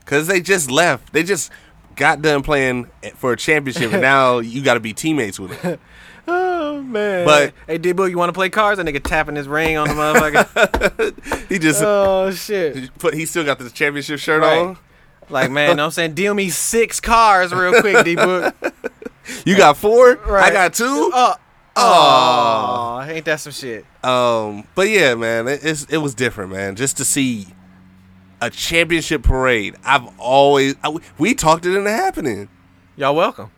Speaker 1: Cause they just left. They just got done playing for a championship, and now you got to be teammates with him.
Speaker 2: Oh man.
Speaker 1: But-
Speaker 2: hey, D-Boo, you want to play cards? That nigga tapping his ring on the motherfucker.
Speaker 1: He just,
Speaker 2: oh shit.
Speaker 1: but he still got the championship shirt
Speaker 2: Right.
Speaker 1: on.
Speaker 2: Like man, know what I'm saying deal me six cars real quick, D-Boo.
Speaker 1: You got four. I
Speaker 2: Right.
Speaker 1: got two.
Speaker 2: Oh, oh, ain't that some shit?
Speaker 1: Um, but yeah, man, it, it's it was different, man. Just to see a championship parade. I've always I, we talked it into happening.
Speaker 2: Y'all welcome.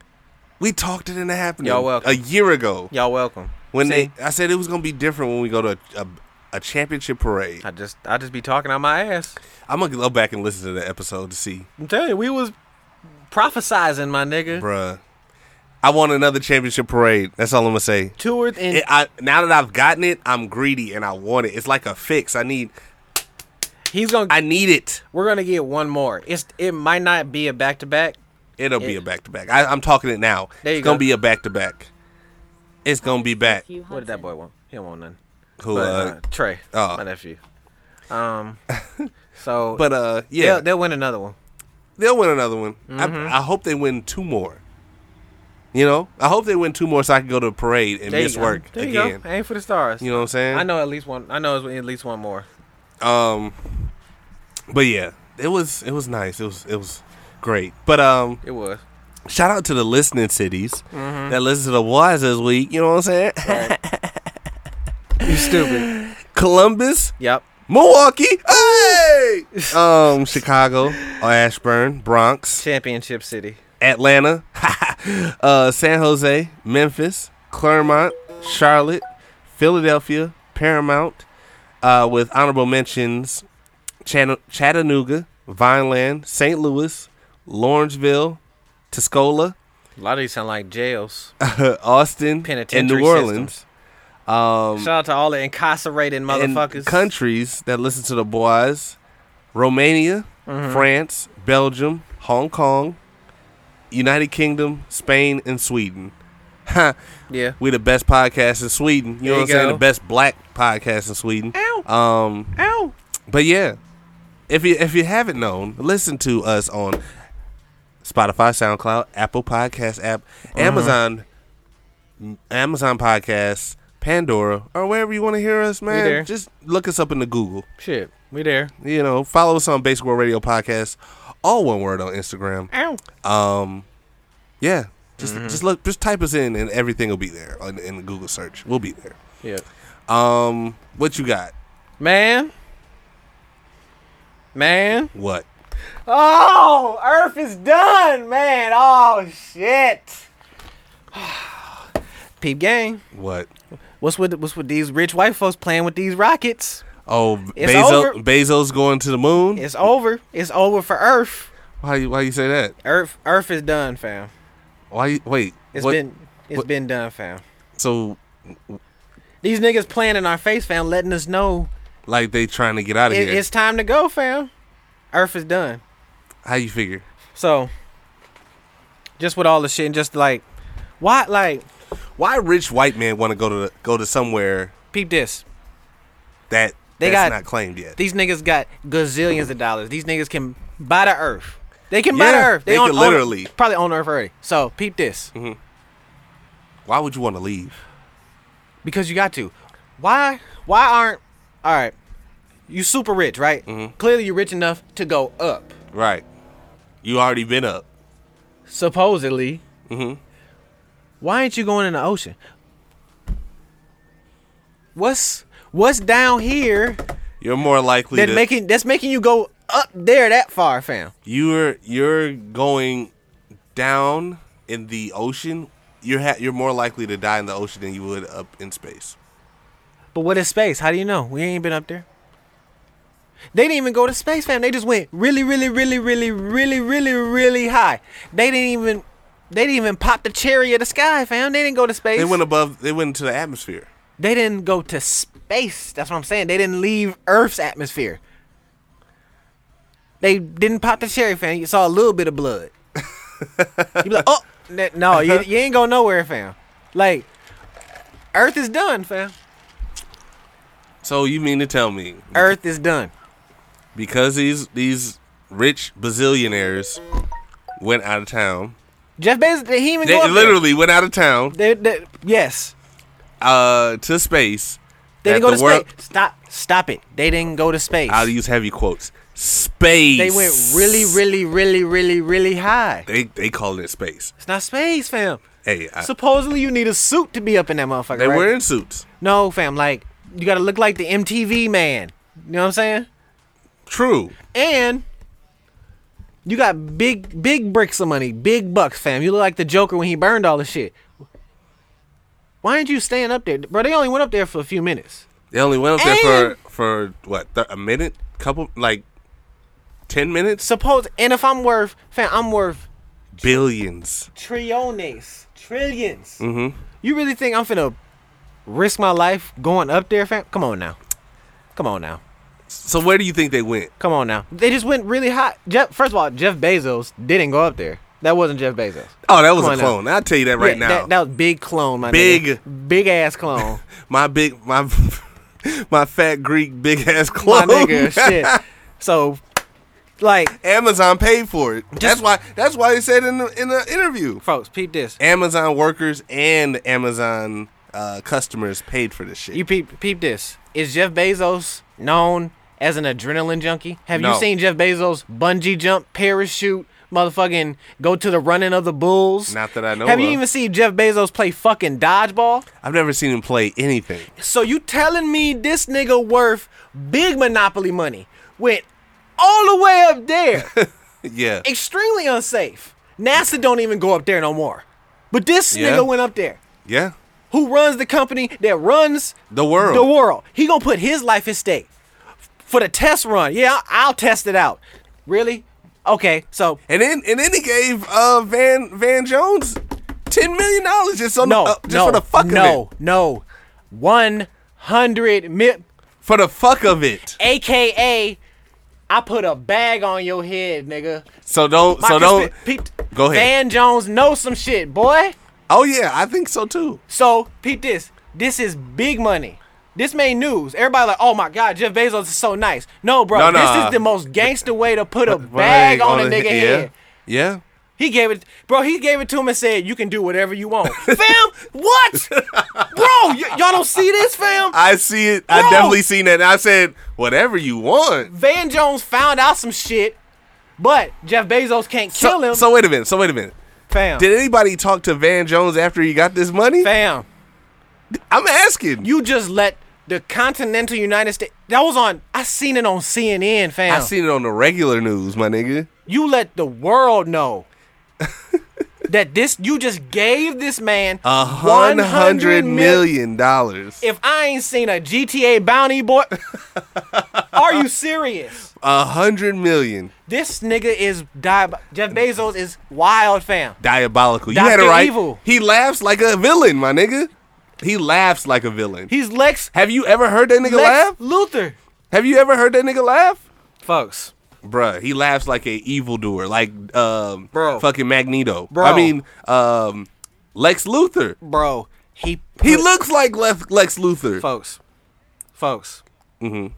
Speaker 1: We talked it into happening.
Speaker 2: Y'all welcome.
Speaker 1: A year ago
Speaker 2: Y'all welcome.
Speaker 1: when
Speaker 2: See,
Speaker 1: they, I said it was gonna be different when we go to a, a, a championship parade.
Speaker 2: I just, I just be talking out my ass.
Speaker 1: I'm gonna go back and listen to the episode to see,
Speaker 2: I'm telling you, we was prophesizing, my nigga.
Speaker 1: bruh. I want another championship parade. That's all I'm gonna say.
Speaker 2: Two or and
Speaker 1: It, I, now that I've gotten it, I'm greedy and I want it. It's like a fix. I need,
Speaker 2: he's gonna.
Speaker 1: I need it.
Speaker 2: we're gonna get one more. It's, it might not be a back to back.
Speaker 1: It'll be
Speaker 2: It-
Speaker 1: a back to back. I'm talking it now.
Speaker 2: There you
Speaker 1: it's gonna
Speaker 2: go.
Speaker 1: be a back to back. It's gonna be back.
Speaker 2: What did that boy want? He don't want none.
Speaker 1: Who?
Speaker 2: But,
Speaker 1: Uh,
Speaker 2: uh, Trey,
Speaker 1: oh.
Speaker 2: my nephew. Um, so
Speaker 1: but uh, yeah, they'll,
Speaker 2: they'll, Mm-hmm. they'll win another one.
Speaker 1: win another one. I, I hope they win two more. You know, I hope they win two more so I can go to the parade and
Speaker 2: There you
Speaker 1: miss
Speaker 2: go.
Speaker 1: work
Speaker 2: There you go.
Speaker 1: again.
Speaker 2: Aim for the stars.
Speaker 1: You know what I'm saying?
Speaker 2: I know at least one. I know it's at least one more.
Speaker 1: Um, but yeah, it was it was nice. It was it was great. But um,
Speaker 2: It was.
Speaker 1: shout out to the listening cities
Speaker 2: Mm-hmm.
Speaker 1: that listen to the wise this week. You know what I'm saying?
Speaker 2: You stupid.
Speaker 1: Columbus,
Speaker 2: Yep.
Speaker 1: Milwaukee, hey, um, Chicago, Ashburn, Bronx,
Speaker 2: Championship City.
Speaker 1: Atlanta, uh, San Jose, Memphis, Claremont, Charlotte, Philadelphia, Paramount, uh, with honorable mentions Chan- Chattanooga, Vineland, St. Louis, Lawrenceville, Tuscola,
Speaker 2: A lot of these sound like jails.
Speaker 1: Austin, and
Speaker 2: Penitentiary
Speaker 1: New Orleans. Um,
Speaker 2: Shout out to all the incarcerated
Speaker 1: and
Speaker 2: motherfuckers.
Speaker 1: countries that listen to the boys Romania,
Speaker 2: Mm-hmm.
Speaker 1: France, Belgium, Hong Kong, United Kingdom, Spain, and Sweden. Ha!
Speaker 2: yeah.
Speaker 1: we the best podcast in Sweden. You
Speaker 2: There
Speaker 1: know
Speaker 2: you
Speaker 1: what I'm saying?
Speaker 2: go.
Speaker 1: The best black podcast in Sweden.
Speaker 2: Ow.
Speaker 1: Um,
Speaker 2: Ow.
Speaker 1: but yeah, if you if you haven't known, listen to us on Spotify, SoundCloud, Apple Podcast app,
Speaker 2: Uh-huh.
Speaker 1: Amazon, Amazon Podcasts, Pandora, or wherever you want to hear us,
Speaker 2: there.
Speaker 1: man. Just look us up in the Google.
Speaker 2: Shit. We there.
Speaker 1: You know, follow us on Basic World Radio Podcast, all one word on Instagram.
Speaker 2: Ow.
Speaker 1: Um, yeah, just
Speaker 2: Mm-hmm.
Speaker 1: just look, just type us in, and everything will be there in, in the Google search. We'll be there.
Speaker 2: Yeah.
Speaker 1: Um, what you got?
Speaker 2: Man. Man.
Speaker 1: What?
Speaker 2: Oh, Earth is done, man. Oh shit. Peep game.
Speaker 1: What?
Speaker 2: What's with what's with these rich white folks playing with these rockets?
Speaker 1: Oh,
Speaker 2: It's
Speaker 1: Bezos,
Speaker 2: over.
Speaker 1: Bezos going to the moon.
Speaker 2: It's over. It's over for Earth.
Speaker 1: Why you why you say that?
Speaker 2: Earth Earth is done, fam.
Speaker 1: Why you wait?
Speaker 2: It's
Speaker 1: what-
Speaker 2: been it's
Speaker 1: what-
Speaker 2: been done, fam.
Speaker 1: so
Speaker 2: These niggas playing in our face, fam, letting us know
Speaker 1: like they trying to get out of
Speaker 2: it,
Speaker 1: here.
Speaker 2: it's time to go, fam. Earth is done.
Speaker 1: How you figure?
Speaker 2: So, just with all the shit and just like, why? Like,
Speaker 1: Why rich white man want to go to the, go to somewhere
Speaker 2: peep this.
Speaker 1: that
Speaker 2: They
Speaker 1: that's
Speaker 2: got-
Speaker 1: not claimed yet?
Speaker 2: These niggas got gazillions of dollars. These niggas can buy the Earth. They can buy the
Speaker 1: Yeah,
Speaker 2: Earth.
Speaker 1: they
Speaker 2: own,
Speaker 1: could
Speaker 2: own-
Speaker 1: literally. Mm-hmm.
Speaker 2: probably own Earth already. So peep this
Speaker 1: Why would you want to leave?
Speaker 2: because you got to. Why? Why aren't? All right, you super rich, right?
Speaker 1: Mm-hmm.
Speaker 2: Clearly, you're rich enough to go up.
Speaker 1: Right. You already been up.
Speaker 2: supposedly.
Speaker 1: Mm-hmm.
Speaker 2: Why ain't you going in the ocean? What's what's down here
Speaker 1: You're more likely
Speaker 2: that
Speaker 1: to
Speaker 2: making that's making you go up there that far, fam?
Speaker 1: you're you're going down in the ocean. You're ha- you're more likely to die in the ocean than you would up in space.
Speaker 2: But what is space? How do you know? We ain't been up there. They didn't even go to space, fam. They just went really, really, really, really, really, really, really high. They didn't even They didn't even pop the cherry of the sky, fam. They didn't go to space.
Speaker 1: They went above. They went into the atmosphere.
Speaker 2: They didn't go to space. That's what I'm saying. They didn't leave Earth's atmosphere. They didn't pop the cherry, fam. You saw a little bit of blood. you be like, oh, n- no, you, you ain't go nowhere, fam. Like, Earth is done, fam.
Speaker 1: So you mean to tell me
Speaker 2: Earth is done.
Speaker 1: because these these rich bazillionaires went out of town?
Speaker 2: Jeff Bezos, did he even
Speaker 1: They
Speaker 2: go up there?
Speaker 1: literally went out of town
Speaker 2: They- they- yes,
Speaker 1: uh, to space.
Speaker 2: they
Speaker 1: that
Speaker 2: didn't go
Speaker 1: the
Speaker 2: to
Speaker 1: world-
Speaker 2: space. Stop, stop it. They didn't go to space.
Speaker 1: I'll use heavy quotes. Space.
Speaker 2: They went really, really, really, really, really high.
Speaker 1: They they call it space.
Speaker 2: It's not space, fam.
Speaker 1: Hey, I,
Speaker 2: Supposedly you need a suit to be up in that motherfucker.
Speaker 1: they
Speaker 2: right?
Speaker 1: were in suits.
Speaker 2: No, fam. Like you gotta look like the MTV man. You know what I'm saying?
Speaker 1: True.
Speaker 2: And you got big, big bricks of money, big bucks, fam. You look like the Joker when he burned all the shit. Why aren't you staying up there, bro? They only went up there for a few minutes.
Speaker 1: They only went up there
Speaker 2: And-
Speaker 1: for for what th- a minute, couple like ten minutes.
Speaker 2: Suppose, and if I'm worth, fam, I'm worth
Speaker 1: Billions.
Speaker 2: trillions, trillions. Mm-hmm. You really think I'm finna risk my life going up there, fam? Come on now, come on now.
Speaker 1: So where do you think they went?
Speaker 2: Come on now. They just went really hot. Jeff, first of all, Jeff Bezos didn't go up there. That wasn't Jeff Bezos.
Speaker 1: Oh, that was
Speaker 2: Come
Speaker 1: a
Speaker 2: on now.
Speaker 1: clone. I'll tell you that right now.
Speaker 2: Yeah, That, that was big clone, my
Speaker 1: Big.
Speaker 2: nigga. Big ass clone.
Speaker 1: my big my my fat Greek big ass
Speaker 2: my
Speaker 1: clone.
Speaker 2: nigga, shit. So, like,
Speaker 1: Amazon paid for it. that's
Speaker 2: Just-
Speaker 1: why. That's why they said in the in the interview.
Speaker 2: folks, peep this.
Speaker 1: Amazon workers and Amazon uh, customers paid for this shit.
Speaker 2: You peep, peep this. Is Jeff Bezos known as an adrenaline junkie? Have
Speaker 1: No.
Speaker 2: you seen Jeff Bezos bungee jump, parachute, motherfucking go to the running of the bulls?
Speaker 1: Not that I know
Speaker 2: Have you
Speaker 1: of.
Speaker 2: even seen Jeff Bezos play fucking dodgeball?
Speaker 1: I've never seen him play anything.
Speaker 2: So you telling me this nigga worth big monopoly money went all the way up there,
Speaker 1: yeah.
Speaker 2: extremely unsafe. NASA don't even go up there no more. But this
Speaker 1: Yeah.
Speaker 2: nigga went up there.
Speaker 1: Yeah.
Speaker 2: Who runs the company that runs
Speaker 1: The world.
Speaker 2: The world. He gonna put his life at stake for the test run. Yeah, I'll, I'll test it out. Really? Okay. So
Speaker 1: And then and then he gave uh Van Van Jones ten million dollars just on
Speaker 2: no,
Speaker 1: the, uh, just
Speaker 2: no,
Speaker 1: for the fuck
Speaker 2: no,
Speaker 1: of it.
Speaker 2: no, one hundred mil.
Speaker 1: For the fuck of it.
Speaker 2: AKA, I put a bag on your head, nigga.
Speaker 1: So don't
Speaker 2: My
Speaker 1: so don't
Speaker 2: conspi- peep-
Speaker 1: Go ahead.
Speaker 2: Van Jones knows some shit, boy.
Speaker 1: Oh yeah, I think so too.
Speaker 2: So, peep this. This is big money. This made news. Everybody like, oh my god, Jeff Bezos is so nice. No, bro,
Speaker 1: No,
Speaker 2: this
Speaker 1: no.
Speaker 2: is the most gangster way to put a bag on a
Speaker 1: the-
Speaker 2: nigga
Speaker 1: yeah.
Speaker 2: head.
Speaker 1: Yeah.
Speaker 2: He gave it, bro. He gave it to him and said, "You can do whatever you want." fam, what, bro? Y- y'all don't see this, fam?
Speaker 1: I see it. I
Speaker 2: Bro.
Speaker 1: definitely seen that. And I said, whatever you want.
Speaker 2: Van Jones found out some shit, but Jeff Bezos can't
Speaker 1: So-
Speaker 2: kill him.
Speaker 1: so wait a minute. So wait a minute.
Speaker 2: fam,
Speaker 1: Did anybody talk to Van Jones after he got this money?
Speaker 2: fam,
Speaker 1: I'm asking.
Speaker 2: you just let the continental United States. That was on. I seen it on CNN, fam.
Speaker 1: I seen it on the regular news, my nigga.
Speaker 2: you let the world know that this you just gave this man
Speaker 1: A hundred million dollars.
Speaker 2: If I ain't seen a GTA bounty boy, are you serious?
Speaker 1: A hundred million.
Speaker 2: This nigga is diab. Jeff Bezos is wild, fam.
Speaker 1: Diabolical. You had it
Speaker 2: Dr.
Speaker 1: right.
Speaker 2: Evil.
Speaker 1: He laughs like a villain, my nigga. He laughs like a villain.
Speaker 2: He's Lex,
Speaker 1: Have you ever heard that nigga laugh?
Speaker 2: Lex Luthor,
Speaker 1: Have you ever heard that nigga laugh?
Speaker 2: folks.
Speaker 1: Bruh, he laughs like a evildoer, like um
Speaker 2: Bro.
Speaker 1: fucking Magneto.
Speaker 2: Bro.
Speaker 1: I mean, um Lex Luthor.
Speaker 2: Bro, he
Speaker 1: He
Speaker 2: put-
Speaker 1: looks like Lex, Lex Luthor.
Speaker 2: folks, folks. Mm-hmm.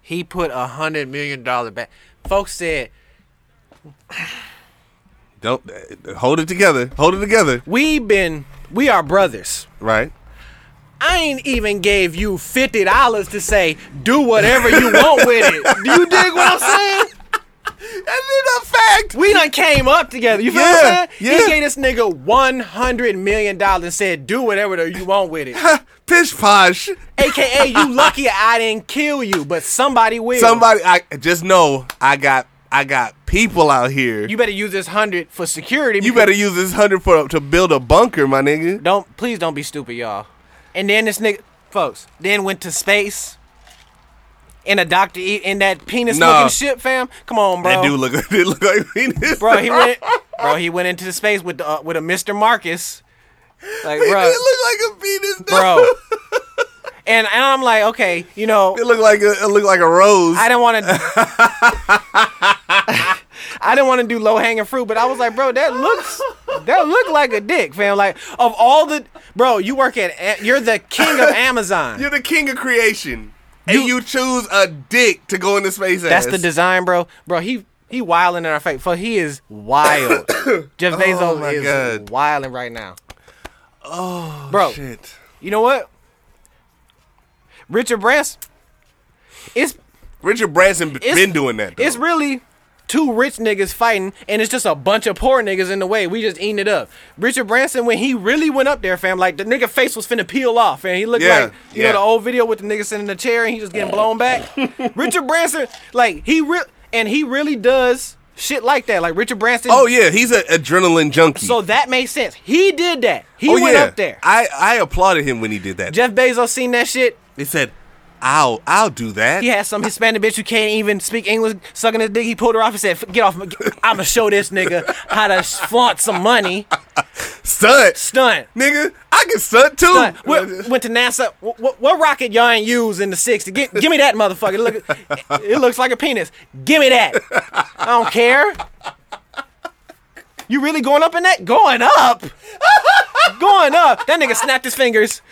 Speaker 2: He put a hundred million dollar back. Folks said
Speaker 1: Don't uh, hold it together. Hold it together.
Speaker 2: we been we are brothers.
Speaker 1: Right.
Speaker 2: I ain't even gave you fifty dollars to say do whatever you want with it. Do you dig what I'm saying?
Speaker 1: And then a fact.
Speaker 2: We done came up together. You feel
Speaker 1: Yeah,
Speaker 2: what I'm saying?
Speaker 1: yeah.
Speaker 2: He gave this nigga one hundred million dollars and said, "Do whatever the- you want with it."
Speaker 1: Pish posh.
Speaker 2: AKA, you lucky I didn't kill you, but somebody will.
Speaker 1: Somebody I just know I got I got people out here.
Speaker 2: You better use this hundred for security.
Speaker 1: You
Speaker 2: because-
Speaker 1: better use this hundred for to build a bunker, my nigga.
Speaker 2: don't. Please don't be stupid, y'all. And then this nigga, folks, then went to space. in a Doctor E in that penis
Speaker 1: Nah.
Speaker 2: looking shit, fam. Come on, bro.
Speaker 1: That dude look, they look like Venus.
Speaker 2: bro, he went, bro, he went into the space with the, uh, with a Mister Marcus, like,
Speaker 1: He
Speaker 2: bro,
Speaker 1: look like a Venus, dude.
Speaker 2: bro. And, and I'm like, okay, you know,
Speaker 1: It look like a, it look like a rose.
Speaker 2: I didn't want to. I didn't want to do low hanging fruit, but I was like, bro, that looks that looked like a dick, fam. Like of all the bro, you work at A- you're the king of Amazon.
Speaker 1: You're the king of creation, and you choose a dick to go into space.
Speaker 2: That's
Speaker 1: ass.
Speaker 2: the design, bro. Bro, he he wilding in our face. For he is wild. Jeff Bezos
Speaker 1: Oh my
Speaker 2: is
Speaker 1: God.
Speaker 2: wilding right now. Oh, bro,
Speaker 1: Shit.
Speaker 2: you know what? Richard Branson, it's
Speaker 1: Richard Branson b-
Speaker 2: It's-
Speaker 1: been doing that. Though.
Speaker 2: It's really two rich niggas fighting, and it's just a bunch of poor niggas in the way. We just eating it up. Richard Branson, when he really went up there, fam, like the nigga face was finna peel off, and he looked
Speaker 1: Yeah,
Speaker 2: like you
Speaker 1: yeah.
Speaker 2: know the old video with the nigga sitting in the chair and he just getting blown back. Richard Branson, like he real and he really does shit like that. Like Richard Branson.
Speaker 1: oh yeah, he's an adrenaline junkie.
Speaker 2: So that makes sense. He did that. He
Speaker 1: oh,
Speaker 2: went
Speaker 1: yeah.
Speaker 2: up there.
Speaker 1: I I applauded him when he did that.
Speaker 2: Jeff Bezos seen that shit.
Speaker 1: They said, "I'll I'll do that."
Speaker 2: He had some Hispanic bitch who can't even speak English sucking his dick. He pulled her off and said, "Get off! I'm gonna show this nigga how to flaunt some money."
Speaker 1: Stunt,
Speaker 2: Stunt.
Speaker 1: nigga. I can stunt too. Oh,
Speaker 2: Stunt. Went, went to NASA. What, what rocket y'all ain't used in the '60s? Get, give me that motherfucker. Look, it looks like a penis. Give me that. I don't care. You really going up in that? Going up. going up. That nigga snapped his fingers.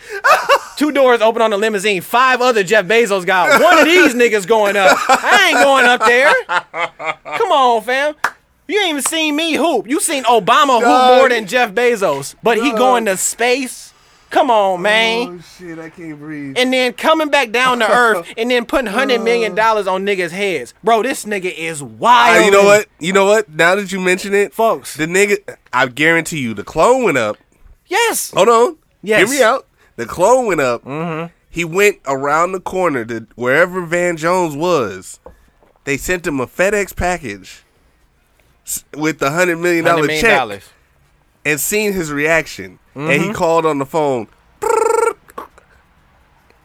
Speaker 2: Two doors open on the limousine. Five other Jeff Bezos got one of these niggas going up. I ain't going up there. Come on, fam. You ain't even seen me hoop. You seen Obama
Speaker 1: Dog.
Speaker 2: hoop more than Jeff Bezos, but he going to space. Come on, man.
Speaker 1: shit! I can't breathe.
Speaker 2: And then coming back down to earth and then putting hundred million dollars on niggas' heads. Bro, this nigga is wild.
Speaker 1: Ah, you know what? You know what? Now that you mention it,
Speaker 2: Folks.
Speaker 1: the nigga, I guarantee you, the clone went up.
Speaker 2: Yes.
Speaker 1: Hold on.
Speaker 2: Yes.
Speaker 1: Hear me out. The clone went up. Mm-hmm. He went around the corner to wherever Van Jones was. They sent him a FedEx package s- with the hundred million dollar
Speaker 2: $100 million
Speaker 1: check and seen his reaction. And
Speaker 2: Mm-hmm.
Speaker 1: he called on the phone.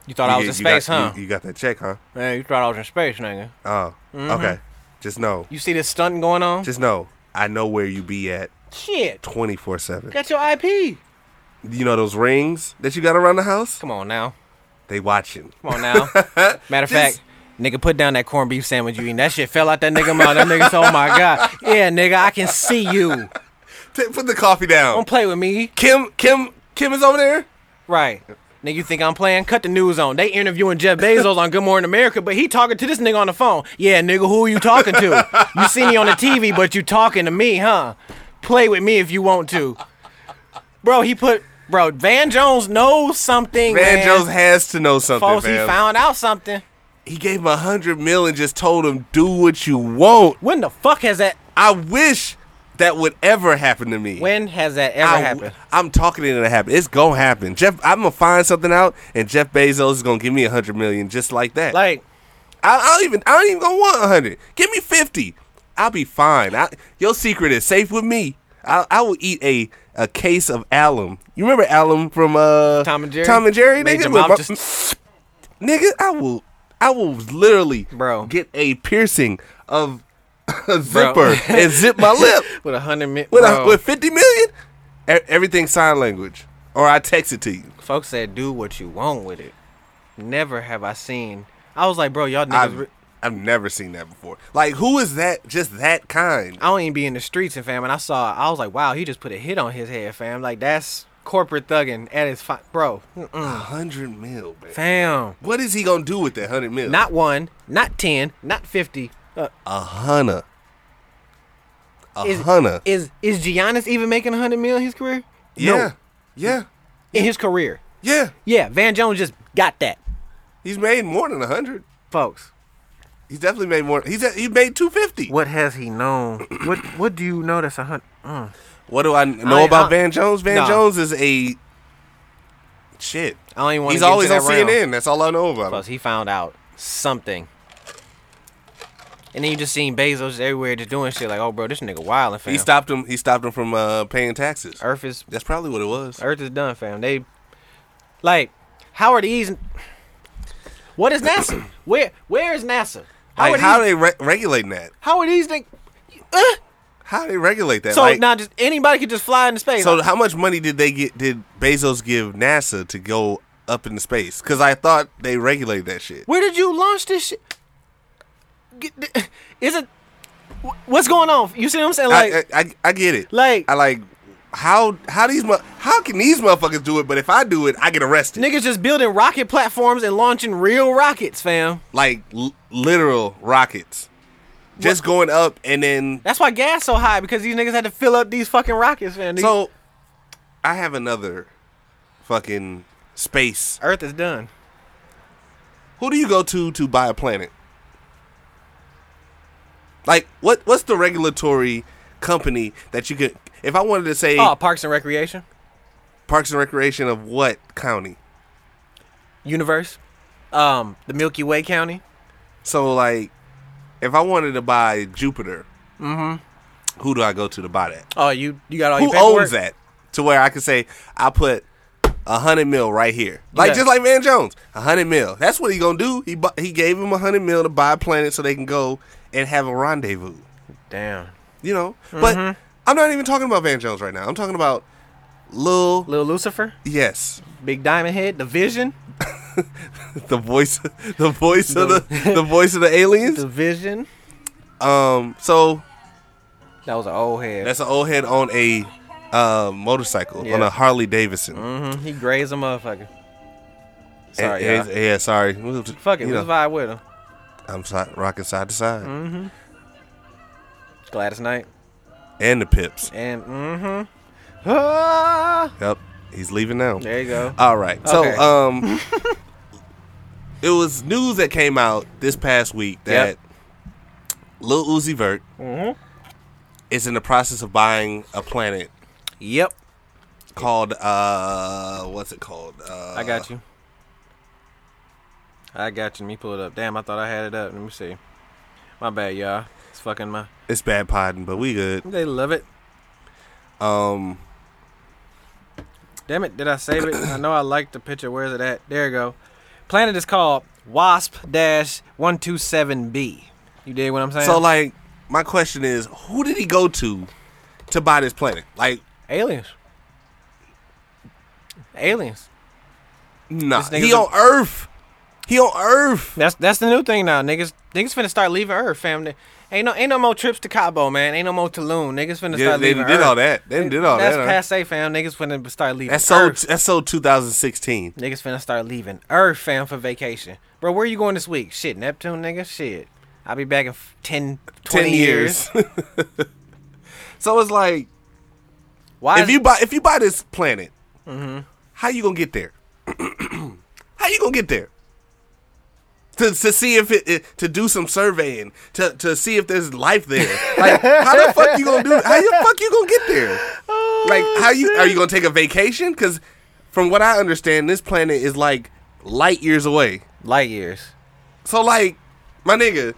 Speaker 2: You thought I was
Speaker 1: You-
Speaker 2: in
Speaker 1: you got-
Speaker 2: space, huh?
Speaker 1: You, you got that check, huh?
Speaker 2: Man, you thought I was in space, nigga.
Speaker 1: Oh,
Speaker 2: Mm-hmm.
Speaker 1: okay. Just know.
Speaker 2: You see this stunting going on?
Speaker 1: Just know. I know where you be at
Speaker 2: Shit.
Speaker 1: twenty four seven.
Speaker 2: Got your IP.
Speaker 1: You know those rings that you got around the house?
Speaker 2: Come on now.
Speaker 1: They watching.
Speaker 2: Come on now. Matter of fact, nigga, put down that corned beef sandwich you eating. That shit fell out that nigga mouth. That nigga said, "Oh my god, yeah, nigga, I can see you.
Speaker 1: T- put the coffee down.
Speaker 2: Don't play with me,
Speaker 1: Kim, Kim, Kim is over there.
Speaker 2: right?" Nigga, you think I'm playing? Cut the news on. They interviewing Jeff Bezos on Good Morning America, but he talking to this nigga on the phone. Yeah, nigga, who are you talking to? You see me on the TV, but you talking to me, huh? Play with me if you want to. Bro, he put bro, Van Jones knows something.
Speaker 1: Van
Speaker 2: man.
Speaker 1: Jones has to know something,
Speaker 2: Folks, he
Speaker 1: fam.
Speaker 2: found out something.
Speaker 1: He gave him a hundred mil and just told him, "Do what you want."
Speaker 2: When the fuck has that?
Speaker 1: I wish that would ever happen to me.
Speaker 2: When has that ever
Speaker 1: I,
Speaker 2: happened?
Speaker 1: am talking it to happen. It's gonna happen. Jeff, I'm gonna find something out, and Jeff Bezos is gonna give me a hundred million just like that.
Speaker 2: Like,
Speaker 1: I, I don't even, I don't even gonna want a hundred. Give me fifty. I'll be fine. I, your secret is safe with me. I, I will eat a a case of alum. You remember alum from uh
Speaker 2: Tom and Jerry?
Speaker 1: Tom and Jerry,
Speaker 2: Made
Speaker 1: nigga.
Speaker 2: your
Speaker 1: With
Speaker 2: mouth
Speaker 1: my- nigga, I will, I will literally,
Speaker 2: Bro.
Speaker 1: get a piercing of a zipper and zip my lip
Speaker 2: with a hundred mi-
Speaker 1: with a,
Speaker 2: bro,
Speaker 1: with fifty million. E- everything sign language, or I text it to you.
Speaker 2: folks said do what you want with it. Never have I seen. I was like, bro, y'all niggas.
Speaker 1: I've
Speaker 2: Re-
Speaker 1: I've never seen that before. Like, who is that? Just that kind.
Speaker 2: I don't even be in the streets and fam, and I saw. I was like, wow, he just put a hit on his head, fam. Like that's corporate thugging at his fi- bro,
Speaker 1: A hundred mil, man.
Speaker 2: Mm. fam.
Speaker 1: What is he gonna do with that hundred mil?
Speaker 2: Not one, not ten, not fifty. Uh,
Speaker 1: a hundred. A
Speaker 2: Is-
Speaker 1: hundred.
Speaker 2: is is Giannis even making a hundred mil in his career?
Speaker 1: Yeah.
Speaker 2: no,
Speaker 1: Yeah.
Speaker 2: in his career.
Speaker 1: Yeah.
Speaker 2: Yeah, Van Jones just got that,
Speaker 1: He's made more than a hundred.
Speaker 2: folks.
Speaker 1: He's definitely made more. He's he made two fifty. What,
Speaker 2: What has he known? what What do you know that's a hundred?
Speaker 1: do I know
Speaker 2: I-
Speaker 1: about
Speaker 2: I-
Speaker 1: Van Jones? Van
Speaker 2: Nah.
Speaker 1: Jones is a shit.
Speaker 2: I don't even want
Speaker 1: He's
Speaker 2: to.
Speaker 1: always on
Speaker 2: that realm.
Speaker 1: CNN. That's all I know about him.
Speaker 2: Plus, he found out something. And then you just seen Bezos just everywhere just doing shit like, oh, bro, this nigga wild and fam.
Speaker 1: He stopped him. He stopped him from uh, paying taxes.
Speaker 2: Earth is
Speaker 1: That's probably
Speaker 2: Er
Speaker 1: what it was.
Speaker 2: Earth is done, fam. They like how are these? What is NASA? where where is NASA? How
Speaker 1: Like,
Speaker 2: are
Speaker 1: how
Speaker 2: these,
Speaker 1: they re- regulating that?
Speaker 2: how are these things?
Speaker 1: How they regulate that?
Speaker 2: So
Speaker 1: like,
Speaker 2: now just anybody could just fly into space.
Speaker 1: so how much money did they get? Did Bezos give NASA to go up into space? Because I thought they regulated that shit.
Speaker 2: Where did you launch this shit? Get th- Is it wh- what's going on? You see what I'm saying? Like
Speaker 1: I, I, I I get it.
Speaker 2: like-
Speaker 1: I like how how these mu- how can these motherfuckers do it? But if I do it, I get arrested.
Speaker 2: niggas just building rocket platforms and launching real rockets, fam.
Speaker 1: Like l- literal rockets, just going up and then.
Speaker 2: That's why gas so high because these niggas had to fill up these fucking rockets, fam. These-
Speaker 1: So I have another fucking space.
Speaker 2: Earth is done.
Speaker 1: Who do you go to to buy a planet? Like what what's the regulatory company that you could if I wanted to say
Speaker 2: Oh, Parks and Recreation,
Speaker 1: Parks and Recreation of what county?
Speaker 2: Universe, um, the Milky Way County.
Speaker 1: So like, if I wanted to buy Jupiter, who do I go to to buy that?
Speaker 2: Oh, you you got all your
Speaker 1: who
Speaker 2: paperwork?
Speaker 1: owns that? To where I could say I put a hundred mil right here, like
Speaker 2: Yeah.
Speaker 1: just like Van Jones, a hundred mil. That's what he gonna do. He bu- he gave him a hundred mil to buy a planet so they can go and have a rendezvous.
Speaker 2: Damn,
Speaker 1: You know,
Speaker 2: Mm-hmm.
Speaker 1: but I'm not even talking about Van Jones right now. I'm talking about Lil.
Speaker 2: little Lucifer,
Speaker 1: Yes,
Speaker 2: Big Diamond Head, the Vision,
Speaker 1: the voice, the voice of the the voice of the aliens.
Speaker 2: the Vision.
Speaker 1: Um, so
Speaker 2: That was an old head.
Speaker 1: That's an old head on a uh, motorcycle, on
Speaker 2: Yeah.
Speaker 1: a Harley Davidson.
Speaker 2: hmm He grazed a motherfucker. Sorry,
Speaker 1: And- and-
Speaker 2: y'all.
Speaker 1: yeah, sorry.
Speaker 2: Fuck it,
Speaker 1: You
Speaker 2: let's
Speaker 1: know,
Speaker 2: vibe with him.
Speaker 1: I'm si- rocking side to side.
Speaker 2: Gladys Knight
Speaker 1: And the pips.
Speaker 2: and mm-hmm. Ah,
Speaker 1: Yep, he's leaving now.
Speaker 2: there you go.
Speaker 1: All right.
Speaker 2: Okay.
Speaker 1: So, um, it was news that came out this past week that
Speaker 2: Yep. Mm-hmm.
Speaker 1: Lil Uzi Vert is in the process of buying a planet
Speaker 2: yep,
Speaker 1: called, uh, what's it called? Uh,
Speaker 2: I got you. I got you. Let me pull it up. Damn, I thought I had it up. Let me see. My bad, y'all. It's fucking my.
Speaker 1: It's bad podding, but we good.
Speaker 2: They love it.
Speaker 1: Um,
Speaker 2: Damn it, did I save it? I know I like the picture. Where is it at? There you go. Planet is called Wasp 127B. You dig what I'm saying?
Speaker 1: So like my question is, who did he go to to buy this planet? Like
Speaker 2: aliens. Aliens.
Speaker 1: nah.
Speaker 2: This nigga's
Speaker 1: He
Speaker 2: a-
Speaker 1: on Earth. He on Earth.
Speaker 2: That's that's the new thing now. Niggas niggas finna start leaving Earth, fam. Ain't no ain't no more trips to Cabo, man. Ain't no more Tulum. Niggas finna
Speaker 1: Yeah,
Speaker 2: start
Speaker 1: they
Speaker 2: leaving
Speaker 1: did
Speaker 2: Earth.
Speaker 1: all that. They did all
Speaker 2: that's
Speaker 1: that. huh?
Speaker 2: passe, fam. Niggas finna start leaving
Speaker 1: That's so
Speaker 2: Earth.
Speaker 1: that's so 2016.
Speaker 2: Niggas finna start leaving Earth, fam, for vacation. Bro, where you going this week? Shit, Neptune, nigga? Shit. I'll be back in f- 10, 20
Speaker 1: 10 years. so it's like
Speaker 2: Why?
Speaker 1: if you buy if you buy this planet, how you gonna get there? how you gonna get there? To, to see if it, it- to do some surveying to, to see if there's life there. Like how the fuck you gonna do? How the fuck you gonna get there? Like how you are you gonna take a vacation? Because from what I understand, this planet is like light years away.
Speaker 2: light years.
Speaker 1: So like, my nigga,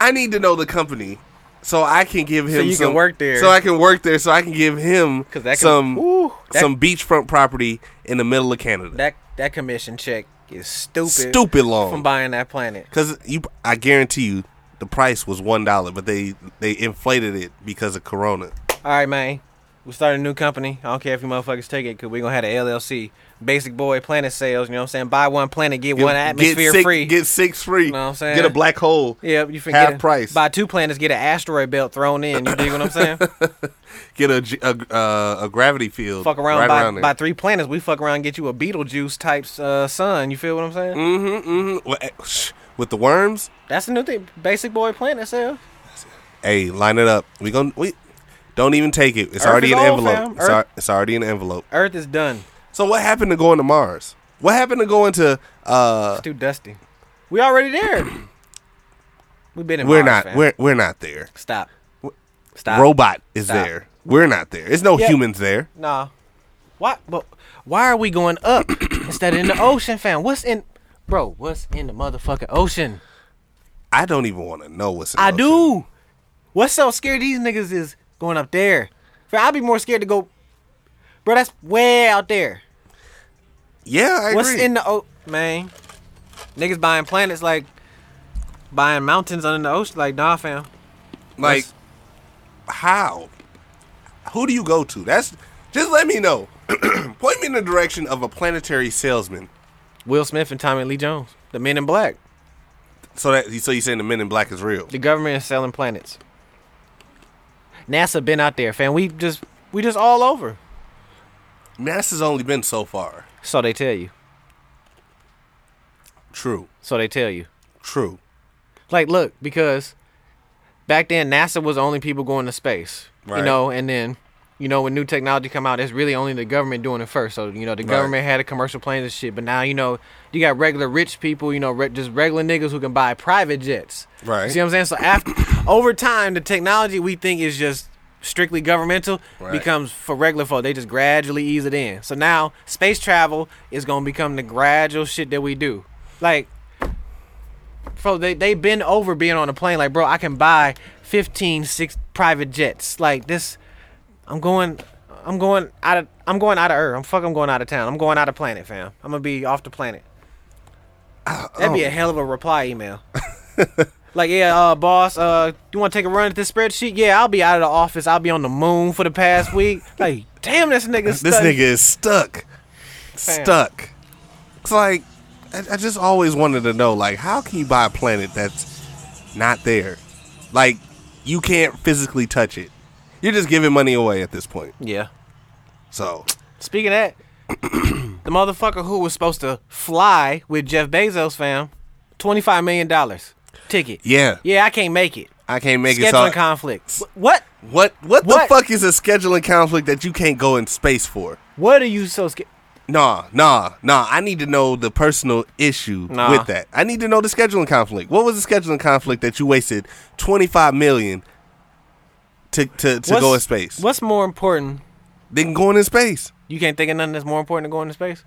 Speaker 1: I need to know the company so I can give him
Speaker 2: you can
Speaker 1: some-
Speaker 2: work there.
Speaker 1: So I can work there. So I can give him
Speaker 2: 'Cause that can-
Speaker 1: some
Speaker 2: Ooh, that-
Speaker 1: some beachfront property in the middle of Canada.
Speaker 2: That that commission check is stupid.
Speaker 1: Stupid long.
Speaker 2: From buying that planet.
Speaker 1: Cause you, I guarantee you, the price was one dollar, but they they inflated it because of Corona.
Speaker 2: All right, man. We started a new company. I don't care if you motherfuckers take it, because we're going to have an LLC. Basic Boy Planet Sales. You know what I'm saying? Buy one planet, get, one atmosphere
Speaker 1: get six,
Speaker 2: free.
Speaker 1: Get six free.
Speaker 2: Know what I'm saying?
Speaker 1: Get a black hole.
Speaker 2: Yep, you forget
Speaker 1: half price.
Speaker 2: Buy two planets, get an asteroid belt thrown in. You dig what I'm saying?
Speaker 1: Get a g- a, uh, a gravity field.
Speaker 2: fuck around,
Speaker 1: right
Speaker 2: by,
Speaker 1: around there.
Speaker 2: by three planets, we fuck around and get you a Beetlejuice type uh, sun. You feel what I'm saying?
Speaker 1: Mm-hmm, mm-hmm. Well, eh, shh, With the worms,
Speaker 2: That's the new thing. Basic boy planet sale.
Speaker 1: hey, line it up. We gonna we don't even take it. It's
Speaker 2: Earth
Speaker 1: already
Speaker 2: is
Speaker 1: an
Speaker 2: old,
Speaker 1: envelope.
Speaker 2: fam.
Speaker 1: It's, al-
Speaker 2: Earth-
Speaker 1: it's already an envelope.
Speaker 2: Earth is done.
Speaker 1: So what happened to going to Mars? What happened to going to uh?
Speaker 2: It's too dusty. We already there. We've been in
Speaker 1: We're not.
Speaker 2: Mars, fam.
Speaker 1: We're we're not there.
Speaker 2: Stop. Stop.
Speaker 1: Robot is
Speaker 2: Stop.
Speaker 1: there. We're not there. There's no
Speaker 2: Yeah.
Speaker 1: humans there.
Speaker 2: Nah. Why? But why are we going up instead of in the ocean, fam? What's in, bro? What's in the motherfucking ocean?
Speaker 1: I don't even want to know what's. In
Speaker 2: I
Speaker 1: those things.
Speaker 2: do. What's so scary these niggas is going up there? Fam, I'd be more scared to go, bro. That's way out there.
Speaker 1: Yeah, I
Speaker 2: What's
Speaker 1: agree.
Speaker 2: in the oh man? Niggas buying planets like buying mountains under the ocean. Like, nah, fam.
Speaker 1: Like,
Speaker 2: That's-
Speaker 1: how? Who do you go to? That's just let me know. Point me in the direction of a planetary salesman.
Speaker 2: Will Smith and Tommy Lee Jones, the Men in Black.
Speaker 1: So that so you saying the Men in Black is real?
Speaker 2: The government is selling planets. NASA been out there, fam. We just we just all over.
Speaker 1: NASA's only been so far.
Speaker 2: So they tell you.
Speaker 1: True,
Speaker 2: So they tell you.
Speaker 1: true.
Speaker 2: Like, look, because back then NASA was the only people going to space.
Speaker 1: Right.
Speaker 2: You know, and then you know when new technology come out, it's really only the government doing it first. So you know the
Speaker 1: Right.
Speaker 2: government had a commercial plane and shit, but now you know you got regular rich people, you know, re- just regular niggas who can buy private jets.
Speaker 1: Right.
Speaker 2: You see what I'm saying? So after over time, the technology we think is just strictly governmental
Speaker 1: Right.
Speaker 2: becomes for regular folk. They just gradually ease it in. So now space travel is gonna become the gradual shit that we do. Like bro, they they been over being on a plane. Like, bro, I can buy 15, six private jets. Like this, I'm going, I'm going out of, I'm going out of Earth. I'm fuck, I'm going out of town. I'm going out of planet, fam. I'm gonna be off the planet.
Speaker 1: Uh,
Speaker 2: That'd
Speaker 1: oh.
Speaker 2: be a hell of a reply email. like, yeah, uh, boss, uh, you want to take a run at this spreadsheet? Yeah, I'll be out of the office. I'll be on the moon for the past week. Like, damn, this nigga's
Speaker 1: This
Speaker 2: stuck.
Speaker 1: nigga is stuck,
Speaker 2: Fam.
Speaker 1: stuck. It's like I, I just always wanted to know, like, how can you buy a planet that's not there? Like, you can't physically touch it. You're just giving money away at this point.
Speaker 2: Yeah.
Speaker 1: So
Speaker 2: Speaking of that, the motherfucker who was supposed to fly with Jeff Bezos, fam, $25 million ticket.
Speaker 1: yeah,
Speaker 2: Yeah, I can't make it.
Speaker 1: I can't make it. So
Speaker 2: Scheduling conflict. Wh- What?
Speaker 1: what what the
Speaker 2: What?
Speaker 1: fuck is a scheduling conflict that you can't go in space for?
Speaker 2: What are you so scared?
Speaker 1: Nah, nah, nah. I need to know the personal issue
Speaker 2: Nah.
Speaker 1: with that. I need to know the scheduling conflict. What was the scheduling conflict that you wasted twenty five million to to, to go in space?
Speaker 2: What's more important?
Speaker 1: Then going in space.
Speaker 2: You can't think of nothing that's more important than going to space?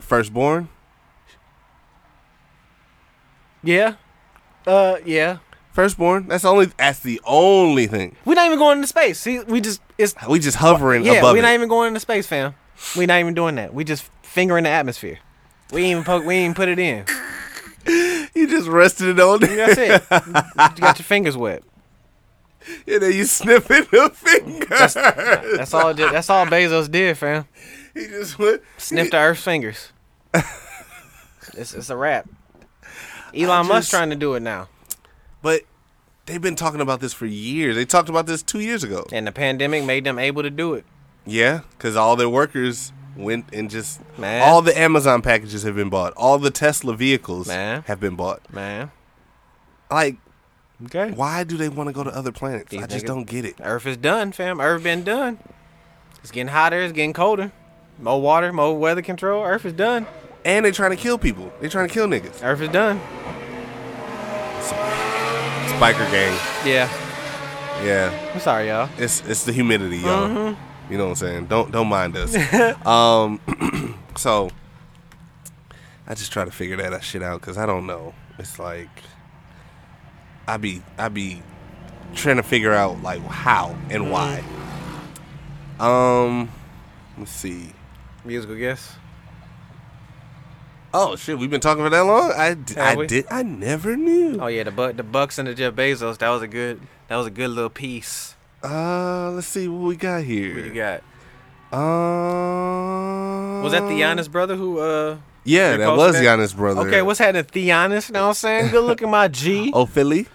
Speaker 1: Firstborn.
Speaker 2: Yeah. Uh, yeah.
Speaker 1: Firstborn. That's the only that's the only thing.
Speaker 2: We're not even going into space. See, we just, it's,
Speaker 1: We just hovering
Speaker 2: yeah,
Speaker 1: above
Speaker 2: we're
Speaker 1: it.
Speaker 2: not even going into space, fam. We're not even doing that. We just fingering the atmosphere. We ain't even poke, we ain't even put it in.
Speaker 1: you just rested it on there
Speaker 2: That's it. You got your fingers wet.
Speaker 1: and then you sniffing the finger.
Speaker 2: That's all. it did- That's all Bezos did, fam.
Speaker 1: he just went
Speaker 2: Sniff the Earth's fingers. It's, it's a wrap. Elon
Speaker 1: just-
Speaker 2: Musk trying to do it now,
Speaker 1: But they've been talking about this for years. They talked about this two years ago.
Speaker 2: and the pandemic made them able to do it.
Speaker 1: Yeah, because all their workers went and just
Speaker 2: Man.
Speaker 1: all the Amazon packages have been bought. All the Tesla vehicles
Speaker 2: Man.
Speaker 1: have been bought.
Speaker 2: Man,
Speaker 1: Like,
Speaker 2: okay.
Speaker 1: why do they want to go to other planets?
Speaker 2: These
Speaker 1: I just
Speaker 2: niggas-
Speaker 1: don't get it.
Speaker 2: Earth is done, fam. Earth been done. It's getting hotter. It's getting colder. More water. More weather control. Earth is done.
Speaker 1: And they're trying to kill people. They're trying to kill niggas.
Speaker 2: Earth is done.
Speaker 1: Spiker gang.
Speaker 2: Yeah.
Speaker 1: Yeah,
Speaker 2: I'm sorry, y'all.
Speaker 1: it's it's the humidity, y'all.
Speaker 2: Mm-hmm.
Speaker 1: You know what I'm saying? Don't don't mind us. um, so I just try to figure that shit out because I don't know. It's like I be I be trying to figure out like how
Speaker 2: Mm-hmm.
Speaker 1: and why. Um, let's see.
Speaker 2: Musical guess.
Speaker 1: Oh shit, we've been talking for that long. I d-
Speaker 2: Have
Speaker 1: I
Speaker 2: we?
Speaker 1: did I never knew.
Speaker 2: Oh yeah, the buck, the Bucks and the Jeff Bezos. That was a good. That was a good little piece.
Speaker 1: Uh, let's see what we got here.
Speaker 2: What you got?
Speaker 1: Um,
Speaker 2: Was that the Giannis brother who uh
Speaker 1: Yeah,
Speaker 2: They
Speaker 1: that
Speaker 2: posted
Speaker 1: was
Speaker 2: that?
Speaker 1: Giannis' brother.
Speaker 2: Okay, what's happening, Theonis? You know what I'm saying? Good looking, my G.
Speaker 1: Oh Philly?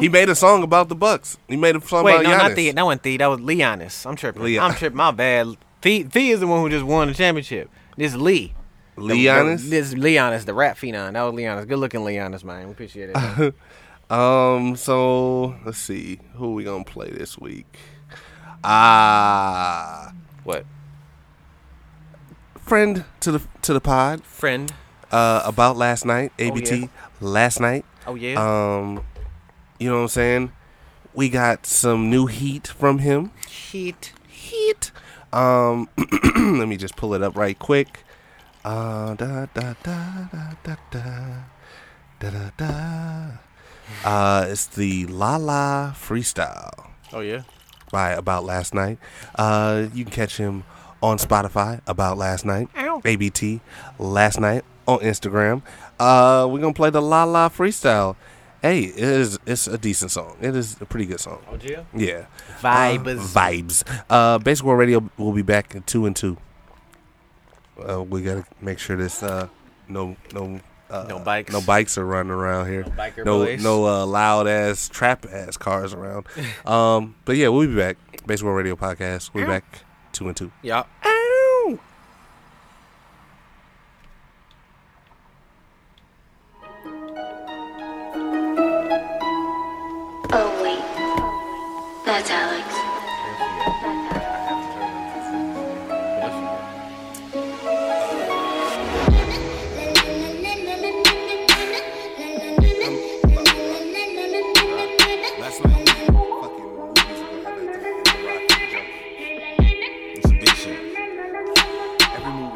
Speaker 1: He made a song about the Bucks. He made a song
Speaker 2: Mm-hmm. Wait,
Speaker 1: about
Speaker 2: no,
Speaker 1: Giannis.
Speaker 2: not The. That wasn't The. That was Leonis. I'm tripping.
Speaker 1: Leo-
Speaker 2: I'm tripping. My bad. The, the is the one who just won the championship. This Lee. The-
Speaker 1: Leonis?
Speaker 2: the- This Leonis, the rap phenom. That was Leonis. Good looking Leonis, man. We appreciate it. man.
Speaker 1: Um, so let's see who we gonna play this week. Ah,
Speaker 2: what?
Speaker 1: friend to the to the pod.
Speaker 2: Friend.
Speaker 1: Uh, about last night, ABT
Speaker 2: Oh, yeah.
Speaker 1: last night.
Speaker 2: Oh yeah.
Speaker 1: Um, you know what I'm saying? We got some new heat from him.
Speaker 2: Heat.
Speaker 1: Heat. Um, let me just pull it up right quick. Uh, da da da da da da da da da. Uh, it's the La La Freestyle
Speaker 2: Oh yeah.
Speaker 1: by About Last Night. Uh, you can catch him on Spotify, About Last Night.
Speaker 2: Ow.
Speaker 1: ABT last night on Instagram. Uh, we're gonna play the La La freestyle. Hey, it is it's a decent song. It is a pretty good song.
Speaker 2: Oh, Jill?
Speaker 1: Yeah.
Speaker 2: Vibes.
Speaker 1: Uh, vibes. Uh, Basic World Radio will be back in two and two. Uh, we gotta make sure this uh, no no uh,
Speaker 2: No bikes.
Speaker 1: no bikes are running around here. No
Speaker 2: biker
Speaker 1: no
Speaker 2: boys.
Speaker 1: uh, loud ass trap ass cars around. um, but yeah, we'll be back. Basic World Radio podcast. We'll be back two and two.
Speaker 2: Yeah.
Speaker 3: Oh wait, that's Alex.
Speaker 1: That's not fucking.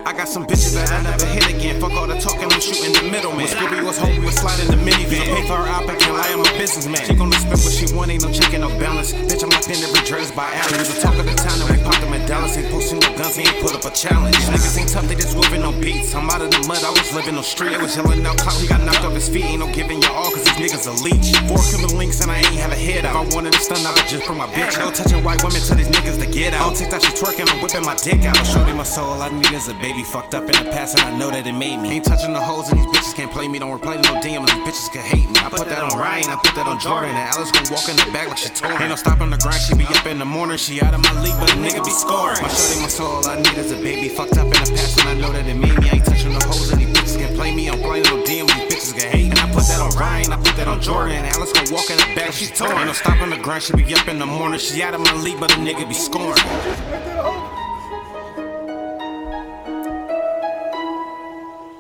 Speaker 4: I got some bitches that I never hit again. Fuck all the talking, I'm shooting the middleman. When Scooby was home, we was sliding the minivan. Pay for her outback and lie, I'm a businessman. She gonna spend what she want, ain't no chicken, no balance. Bitch, I'm not thinner dressed by Allen. He's the talk of the town, and we popped them in Dallas. Ain't posting no guns, he ain't put up a challenge. Niggas ain't tough, they just moving on beats. I'm out of the mud, I was living on street. I was yelling out clout, he got knocked off his feet. Ain't no giving you all, cause these niggas a leech. Four killing links, and I ain't have a head out. If I wanted to stun, I would just bring my bitch out. Touching white women to these niggas to get out. On TikTok, she twerking, I'm whipping my dick out. Shorty, my soul, all I need is a baby. Fucked up in the past, and I know that it made me. Ain't touching the hoes, and these bitches can't play me. Don't replay no DMs, these bitches can hate me. I put that on Ryan, I put that on Jordan. And Alice gon' walk in the back like she tore Ain't no stopping the grind, she be up in the morning. She out of my league, but a nigga be scoring. My shorty, my soul, all I need is a baby. Fucked up in the past, and I know that it made me. I ain't touching the hoes, and these bitches can't play me. I'm playing no DMs, these bitches can hate me. And I put that on Ryan, I put that on Jordan. And Alice gon' walk in the back, like she tore Ain't no stopping the grind, she be up in the morning. She out of my league, but a nigga be scoring.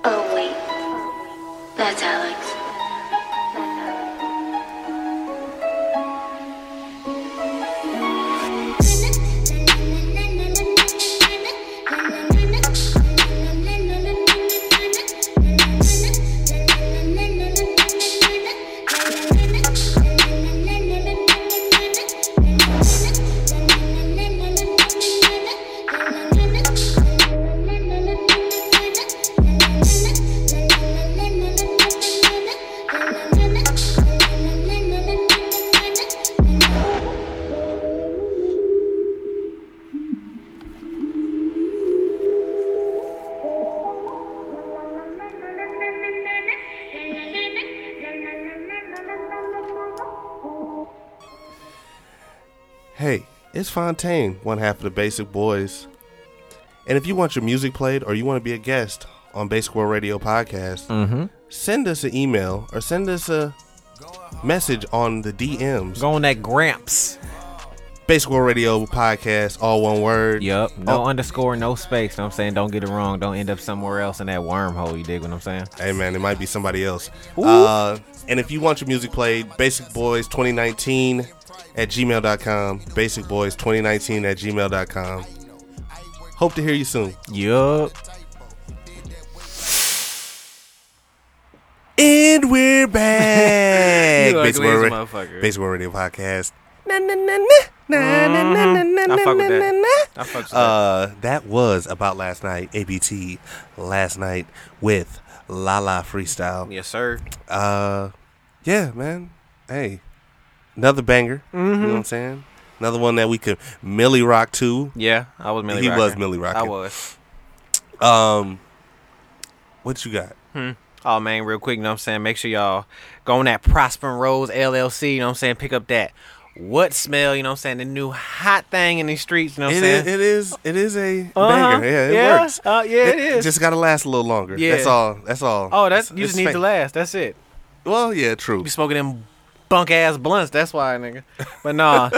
Speaker 3: Oh wait, that's Alex.
Speaker 1: Hey, it's Fontaine, one half of the Basic Boys. And if you want your music played or you want to be a guest on Basic World Radio Podcast, send us an email or send us a message on the DMs.
Speaker 2: Go on that Gramps.
Speaker 1: Basic World Radio Podcast, all one word.
Speaker 2: Yup. No
Speaker 1: Oh,
Speaker 2: underscore, no space. Know what I'm saying? Don't get it wrong. Don't end up somewhere else in that wormhole. You dig what I'm saying?
Speaker 1: hey, man, it might be somebody else. Uh, and if you want your music played, Basic Boys 2019 at gmail.com. Basic Boys 2019 at gmail.com. Hope to hear you soon.
Speaker 2: Yup.
Speaker 1: And we're back.
Speaker 2: You
Speaker 1: Basic
Speaker 2: ugly as a
Speaker 1: World Ra-
Speaker 2: motherfucker.
Speaker 1: Basic World Radio Podcast. Mm-hmm.
Speaker 2: I fuck with that. I fuck with that.
Speaker 1: Uh, that was about last night. ABT last night with La La Freestyle.
Speaker 2: Yes, sir.
Speaker 1: Uh, yeah, man. Hey, another banger. You
Speaker 2: Mm-hmm.
Speaker 1: know what I'm saying? Another one that we could Millie rock to.
Speaker 2: Yeah, I was Millie
Speaker 1: He
Speaker 2: rocking.
Speaker 1: was Millie
Speaker 2: I
Speaker 1: rocking.
Speaker 2: was.
Speaker 1: Um, what you got?
Speaker 2: Oh man, real quick, you know what I'm saying? Make sure y'all go on that Prosper Rose LLC, you know what I'm saying? Pick up that what smell, you know what I'm saying? The new hot thing in these streets, you know what I'm
Speaker 1: It is,
Speaker 2: saying?
Speaker 1: it is. It is a
Speaker 2: Uh-huh.
Speaker 1: banger. Yeah, it
Speaker 2: Yeah.
Speaker 1: works.
Speaker 2: Uh, yeah, it is.
Speaker 1: Just gotta last a little longer.
Speaker 2: Yeah.
Speaker 1: That's all. That's all.
Speaker 2: oh, that's
Speaker 1: It's-
Speaker 2: you just
Speaker 1: it's
Speaker 2: need
Speaker 1: fake.
Speaker 2: to last. That's it.
Speaker 1: Well, yeah, true.
Speaker 2: be smoking them bunk ass blunts. That's why, nigga. But nah,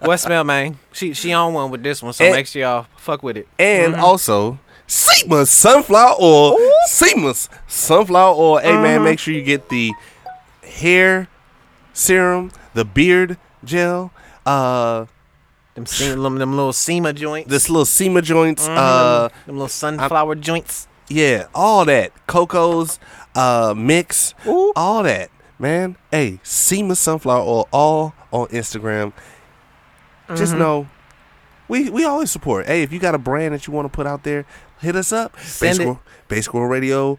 Speaker 2: what smell, man? She she on one with this one, so
Speaker 1: And-
Speaker 2: make sure y'all fuck with it.
Speaker 1: And also, Seamus sunflower oil. Seamus sunflower oil. Hey
Speaker 2: Mm-hmm.
Speaker 1: man, make sure you get the hair serum, the beard gel, uh,
Speaker 2: Them se- them, them little SEMA joints,
Speaker 1: this little SEMA joints. Uh,
Speaker 2: them little sunflower joints.
Speaker 1: yeah, all that. Coco's uh, mix, all that. Man, hey, Seamus sunflower oil, all on Instagram.
Speaker 2: Mm-hmm.
Speaker 1: Just know. We, we always support. Hey, if you got a brand that you want to put out there, hit us up.
Speaker 2: Send
Speaker 1: Base
Speaker 2: it.
Speaker 1: World- Base World Radio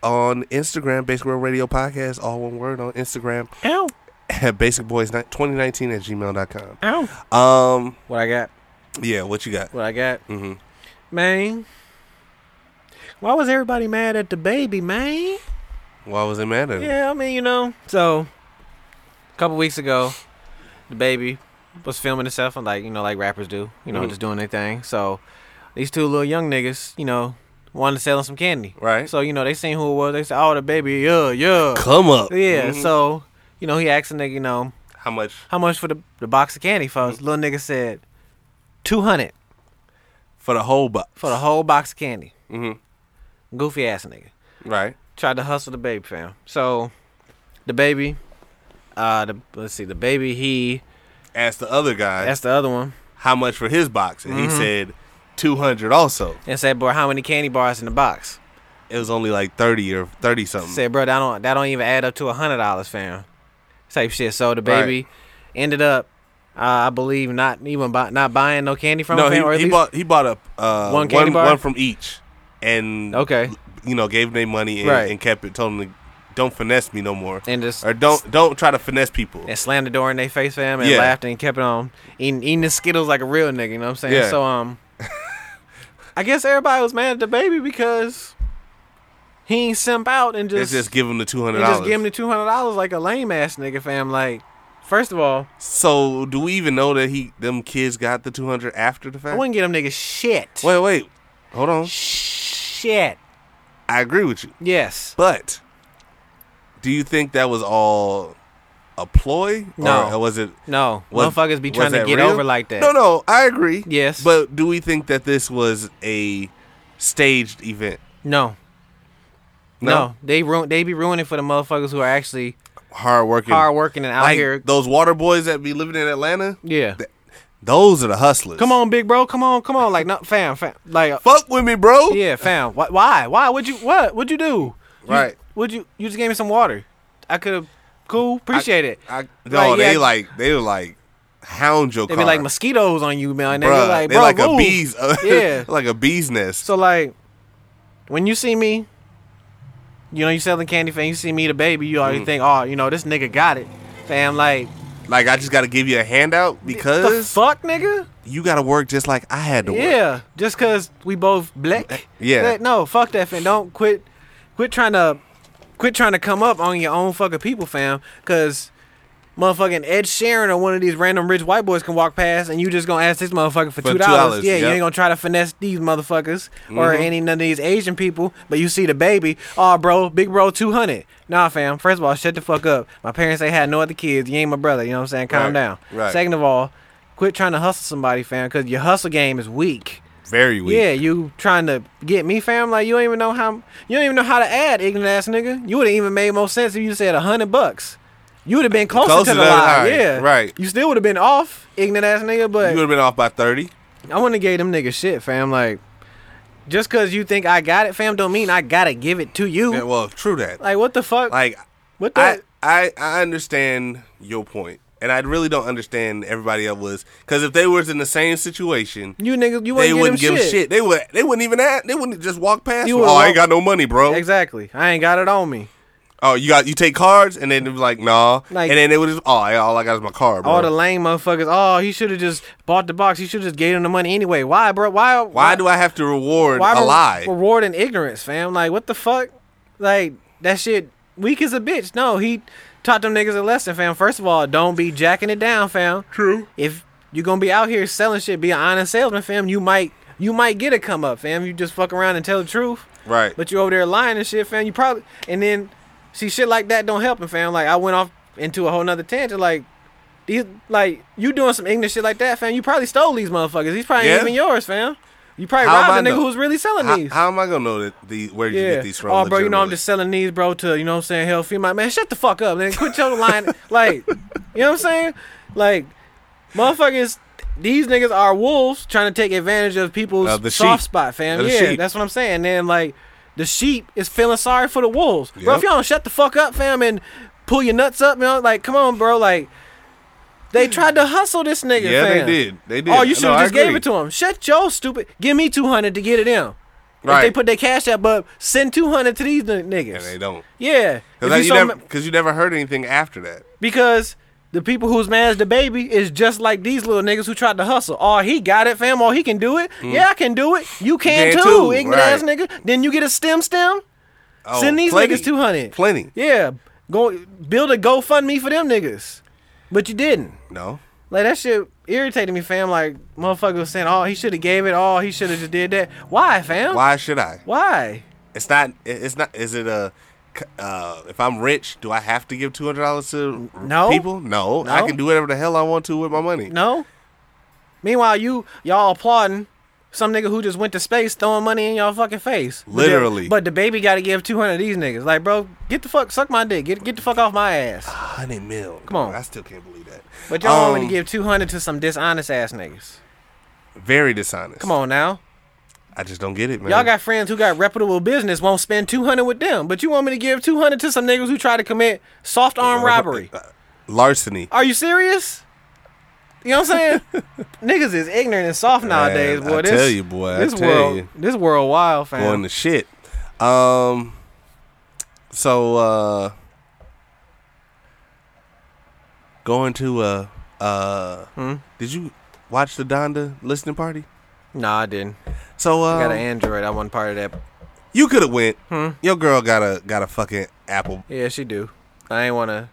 Speaker 1: on Instagram. Base World Radio Podcast, all one word on Instagram.
Speaker 2: Ow.
Speaker 1: At basicboys2019 at gmail.com.
Speaker 2: Ow.
Speaker 1: Um,
Speaker 2: What I got?
Speaker 1: yeah, what you got?
Speaker 2: What I got?
Speaker 1: Mhm.
Speaker 2: Man. Why was everybody mad at the baby, man?
Speaker 1: Why was it mad at him?
Speaker 2: Yeah, I mean, you know. So, a couple weeks ago, the baby was filming himself, and like you know, like rappers do, you know,
Speaker 1: Mhm.
Speaker 2: just doing their thing. So, these two little young niggas, you know, wanted to sell him some candy.
Speaker 1: Right.
Speaker 2: So, you know, they seen who it was. They said, "Oh, the baby, yeah, yeah,
Speaker 1: Come up.
Speaker 2: yeah."
Speaker 1: Mhm.
Speaker 2: So, you know, he asked the nigga, you know,
Speaker 1: how much?
Speaker 2: how much for the, the box of candy, folks? Little nigga said, 200
Speaker 1: For the whole box.
Speaker 2: for the whole box of candy.
Speaker 1: Mhm.
Speaker 2: Goofy ass nigga.
Speaker 1: Right.
Speaker 2: tried to hustle the baby fam. So the baby, uh, the, let's see, the baby he
Speaker 1: Asked the other guy
Speaker 2: that's Mm-hmm. the other one
Speaker 1: how much for his box, and he said 200 also.
Speaker 2: and said, "Bro, how many candy bars in the box?"
Speaker 1: It was only like 30 or 30 something.
Speaker 2: Said, "Bro, that don't that don't even add up to a hundred dollars, fam." Type shit. So the baby ended up, uh, I believe, not even buy, not buying no candy from
Speaker 1: no,
Speaker 2: him, fam, or at
Speaker 1: he, he
Speaker 2: least-
Speaker 1: bought he bought a uh,
Speaker 2: One candy bar?
Speaker 1: one from each, and
Speaker 2: Okay.
Speaker 1: you know, gave them their money and,
Speaker 2: Right.
Speaker 1: and kept it. Told them to don't finesse me no more,
Speaker 2: And just-
Speaker 1: or don't don't try to finesse people.
Speaker 2: and slammed the door in their face, fam, and
Speaker 1: Yeah.
Speaker 2: laughed and kept on eating, eating the Skittles like a real nigga. You know what I'm saying?
Speaker 1: Yeah.
Speaker 2: So um, I guess everybody was mad at the baby because he ain't simp out and
Speaker 1: Let's
Speaker 2: just,
Speaker 1: just give them the two
Speaker 2: and
Speaker 1: hundred
Speaker 2: just give him
Speaker 1: dollars.
Speaker 2: the two hundred dollars like a lame ass nigga, fam. Like, first of all,
Speaker 1: So do we even know that he them kids got the two hundred after the
Speaker 2: I
Speaker 1: fact?
Speaker 2: wouldn't give them niggas shit.
Speaker 1: Wait, wait, hold on.
Speaker 2: Shit.
Speaker 1: I agree with you,
Speaker 2: Yes.
Speaker 1: but do you think that was all a ploy?
Speaker 2: No.
Speaker 1: or uh, was it?
Speaker 2: No.
Speaker 1: was-
Speaker 2: Motherfuckers be
Speaker 1: was
Speaker 2: trying to
Speaker 1: that
Speaker 2: get
Speaker 1: real?
Speaker 2: over like that.
Speaker 1: No, no, I agree.
Speaker 2: Yes.
Speaker 1: but do we think that this was a staged event?
Speaker 2: No. No. They ruin. They be ruining for the motherfuckers who are actually
Speaker 1: hard working,
Speaker 2: hard working and out
Speaker 1: like
Speaker 2: here.
Speaker 1: those water boys that be living in Atlanta.
Speaker 2: yeah.
Speaker 1: Those are the hustlers.
Speaker 2: Come on, big bro. Come on, come on. Like, no, fam, fam. Like,
Speaker 1: fuck with me, bro.
Speaker 2: yeah, fam. Why? Why? Why would you? What? Would you do?
Speaker 1: Right.
Speaker 2: Would you? You just gave me some water. I could have. Cool. Appreciate it.
Speaker 1: I, no,
Speaker 2: Like,
Speaker 1: they
Speaker 2: yeah,
Speaker 1: like they would like hound your
Speaker 2: They
Speaker 1: car.
Speaker 2: be like mosquitoes on you, man. They be
Speaker 1: Bruh,
Speaker 2: like,
Speaker 1: they
Speaker 2: bro,
Speaker 1: like a
Speaker 2: move."
Speaker 1: bees, uh,
Speaker 2: Yeah.
Speaker 1: like a bees nest.
Speaker 2: So like, when you see me, you know you selling candy, fam. You see me, the baby. You
Speaker 1: Mm.
Speaker 2: already think, oh, you know this nigga got it, fam. Like,
Speaker 1: like I just got to give you a handout
Speaker 2: the
Speaker 1: because
Speaker 2: fuck, nigga.
Speaker 1: you got to work just like I had to work. Uh,
Speaker 2: Yeah, just cause we both black.
Speaker 1: Yeah.
Speaker 2: That- no, fuck that, fam. Don't quit, quit trying to, quit trying to come up on your own fucking people, fam. Cause motherfucking Ed Sheeran or one of these random rich white boys can walk past, and you just gonna ask this motherfucker for
Speaker 1: For
Speaker 2: two dollars.
Speaker 1: $2,
Speaker 2: Yeah, you
Speaker 1: yep.
Speaker 2: ain't gonna try to finesse these motherfuckers or
Speaker 1: Mm-hmm.
Speaker 2: any none of these Asian people. But you see the baby, oh bro, big bro, two hundred. Nah, fam. First of all, shut the fuck up. My parents ain't had no other kids. You ain't my brother. You know what I'm saying? Calm
Speaker 1: Right,
Speaker 2: down.
Speaker 1: right.
Speaker 2: Second of all. Quit trying to hustle somebody, fam, because your hustle game is weak.
Speaker 1: Very weak.
Speaker 2: Yeah, you trying to get me, fam? Like you don't even know how you don't even know how to add, ignorant ass nigga. You would have even made more sense if you said a hundred bucks. You would have been closer,
Speaker 1: Closer
Speaker 2: to the
Speaker 1: to the
Speaker 2: line.
Speaker 1: line,
Speaker 2: Yeah,
Speaker 1: right.
Speaker 2: You still would have been off, ignorant ass nigga.
Speaker 1: you would
Speaker 2: But
Speaker 1: have been off by thirty.
Speaker 2: I want to give them niggas shit, fam. Like just cause you think I got it, fam, don't mean I gotta give it to you.
Speaker 1: Yeah, well, true that.
Speaker 2: Mm-hmm. like what the fuck?
Speaker 1: like
Speaker 2: what the?
Speaker 1: I, I I understand your point, and I really don't understand everybody else was because if they was in the same situation,
Speaker 2: you niggas, you
Speaker 1: they
Speaker 2: wouldn't,
Speaker 1: wouldn't
Speaker 2: give,
Speaker 1: give
Speaker 2: them
Speaker 1: a shit. They would they wouldn't even ask. They wouldn't just walk past.
Speaker 2: You
Speaker 1: them.
Speaker 2: would
Speaker 1: Oh, I
Speaker 2: walk-
Speaker 1: ain't got no money, bro.
Speaker 2: Exactly. I ain't got it on me.
Speaker 1: Oh, you got you take cards, and then they'd be like, nah,
Speaker 2: Like-
Speaker 1: and then they would just oh, yeah, all I got is my card, bro.
Speaker 2: All the lame motherfuckers. Oh, he should have just bought the box. He should have just gave him the money anyway. Why, bro? Why?
Speaker 1: why do I have to reward a
Speaker 2: why re-
Speaker 1: lie?
Speaker 2: rewarding ignorance, fam? Like what the fuck? Like that shit weak as a bitch. No, he taught them niggas a lesson, fam. First of all, don't be jacking it down, fam. True. If you're gonna be out here selling shit, be an honest salesman, fam. You might you might get a come up, fam. You just fuck around and tell the truth.
Speaker 1: Right.
Speaker 2: But you over there lying and shit, fam. You probably and then see shit like that don't help him, fam. Like I went off into a whole nother tangent, like. These, like you doing some ignorant shit like that, fam. You probably stole these motherfuckers. These probably
Speaker 1: Yeah.
Speaker 2: ain't even yours, fam. You probably
Speaker 1: How am
Speaker 2: robbed a
Speaker 1: I
Speaker 2: nigga
Speaker 1: know-
Speaker 2: who was really selling
Speaker 1: how,
Speaker 2: these.
Speaker 1: how am I gonna know that the where did you get these from?
Speaker 2: Oh, bro, you know I'm
Speaker 1: legitimately?
Speaker 2: just selling these, bro, to you know what I'm saying, hell female. Man, shut the fuck up, man. Quit your line. Like, you know what I'm saying? Like, motherfuckers, these niggas are wolves trying to take advantage of people's
Speaker 1: Of the
Speaker 2: soft
Speaker 1: sheep.
Speaker 2: spot, fam.
Speaker 1: Of the
Speaker 2: yeah,
Speaker 1: sheep.
Speaker 2: that's what I'm saying. And then like, the sheep is feeling sorry for the wolves, bro.
Speaker 1: Yep.
Speaker 2: If y'all don't shut the fuck up, fam, and pull your nuts up, you know, like, come on, bro, like. They tried to hustle this nigga.
Speaker 1: Yeah, they
Speaker 2: fam.
Speaker 1: did. They did.
Speaker 2: Oh, you should
Speaker 1: No,
Speaker 2: have
Speaker 1: I
Speaker 2: just gave
Speaker 1: agree.
Speaker 2: it to him. Shut your stupid. Give me two hundred to get it in.
Speaker 1: Right.
Speaker 2: If they put their cash app up, send two hundred to these n- niggas.
Speaker 1: And they don't.
Speaker 2: Yeah. If
Speaker 1: Because like,
Speaker 2: you
Speaker 1: you,
Speaker 2: saw
Speaker 1: never,
Speaker 2: ma-
Speaker 1: 'cause you never heard anything after that.
Speaker 2: because the people who's mad as the baby is just like these little niggas who tried to hustle. Oh, he got it, fam. Oh, he can do it. Yeah, I can do it. You can,
Speaker 1: Mm. can
Speaker 2: too,
Speaker 1: too,
Speaker 2: ignorant ass
Speaker 1: right.
Speaker 2: nigga. Then you get a stem stem.
Speaker 1: Oh,
Speaker 2: Send these
Speaker 1: plenty.
Speaker 2: niggas two hundred.
Speaker 1: Plenty.
Speaker 2: Yeah. Go build a GoFundMe for them niggas. But you didn't.
Speaker 1: No.
Speaker 2: Like that shit irritated me, fam. Like motherfucker was saying, "Oh, he should have gave it. Oh, he should have just did that." Why, fam?
Speaker 1: Why should I?
Speaker 2: Why?
Speaker 1: It's not. it- It's not. Is it a? c- Uh, if I'm rich, do I have to give two hundred dollars to r-
Speaker 2: No.
Speaker 1: people? No. I
Speaker 2: No.
Speaker 1: can do whatever the hell I want to with my money.
Speaker 2: No. Meanwhile, you y'all applauding some nigga who just went to space throwing money in y'all fucking face. But the-
Speaker 1: Literally.
Speaker 2: But the baby got to give two hundred these niggas. Like, bro, get the fuck, suck my dick. Get get the fuck off my ass.
Speaker 1: Hundred mil.
Speaker 2: Come on.
Speaker 1: I still can't believe that.
Speaker 2: But y'all want me
Speaker 1: Um,
Speaker 2: to give two hundred to some dishonest ass niggas.
Speaker 1: very dishonest.
Speaker 2: Come on now.
Speaker 1: I just don't get it, man.
Speaker 2: Y'all got friends who got reputable business won't spend two hundred with them, but you want me to give two hundred to some niggas who try to commit soft arm robbery.
Speaker 1: Uh, larceny.
Speaker 2: Are you serious? You know what I'm saying? Niggas is ignorant and soft nowadays,
Speaker 1: Man,
Speaker 2: boy.
Speaker 1: I
Speaker 2: this,
Speaker 1: tell you, boy, I
Speaker 2: This
Speaker 1: tell
Speaker 2: world,
Speaker 1: you.
Speaker 2: this world wild, fam.
Speaker 1: Going to shit. Um. So uh. Going to uh uh.
Speaker 2: Hmm?
Speaker 1: Did you watch the Donda listening party?
Speaker 2: nah, I didn't.
Speaker 1: So uh.
Speaker 2: I got an Hmm? Android. I wasn't part of that.
Speaker 1: You could have went. Your girl got a got a fucking apple.
Speaker 2: Yeah, she do. I ain't wanna.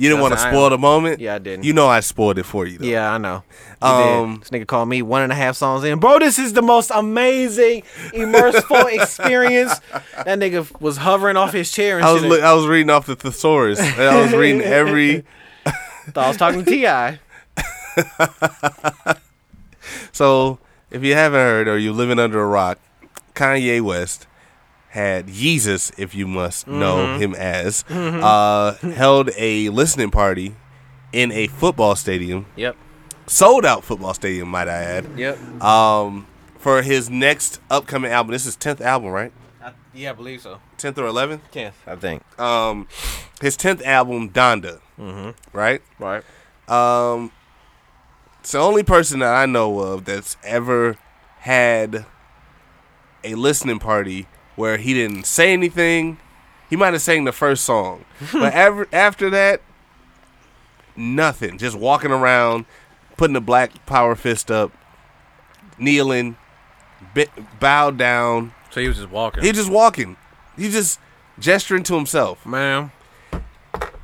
Speaker 1: You didn't
Speaker 2: That's
Speaker 1: want to
Speaker 2: an
Speaker 1: spoil
Speaker 2: iron.
Speaker 1: the moment.
Speaker 2: Yeah, I didn't.
Speaker 1: You know I spoiled it for you. Though.
Speaker 2: Yeah, I know. You
Speaker 1: Um,
Speaker 2: did. this nigga called me one and a half songs in. Bro, this is the most amazing, immersive experience. That nigga was hovering off his chair and
Speaker 1: I was
Speaker 2: shit.
Speaker 1: look, I was reading off the thesaurus. And I was reading every.
Speaker 2: Thought I was talking to Ti.
Speaker 1: So if you haven't heard or you're living under a rock, Kanye West had Jesus, if you must know him as, uh, held a listening party in a football stadium,
Speaker 2: Yep.
Speaker 1: sold out football stadium, might I add,
Speaker 2: Yep.
Speaker 1: um, for his next upcoming album. This is tenth album, right?
Speaker 2: I, yeah, I believe so.
Speaker 1: Tenth or eleventh?
Speaker 2: Tenth, I think.
Speaker 1: um his 10th album donda right
Speaker 2: right.
Speaker 1: um it's the only person that i know of that's ever had a listening party where he didn't say anything he might have sang the first song but ever, after that nothing just walking around putting a black power fist up kneeling bit, bowed down
Speaker 2: So he was just walking.
Speaker 1: he just walking he just gesturing to himself
Speaker 2: Ma'am.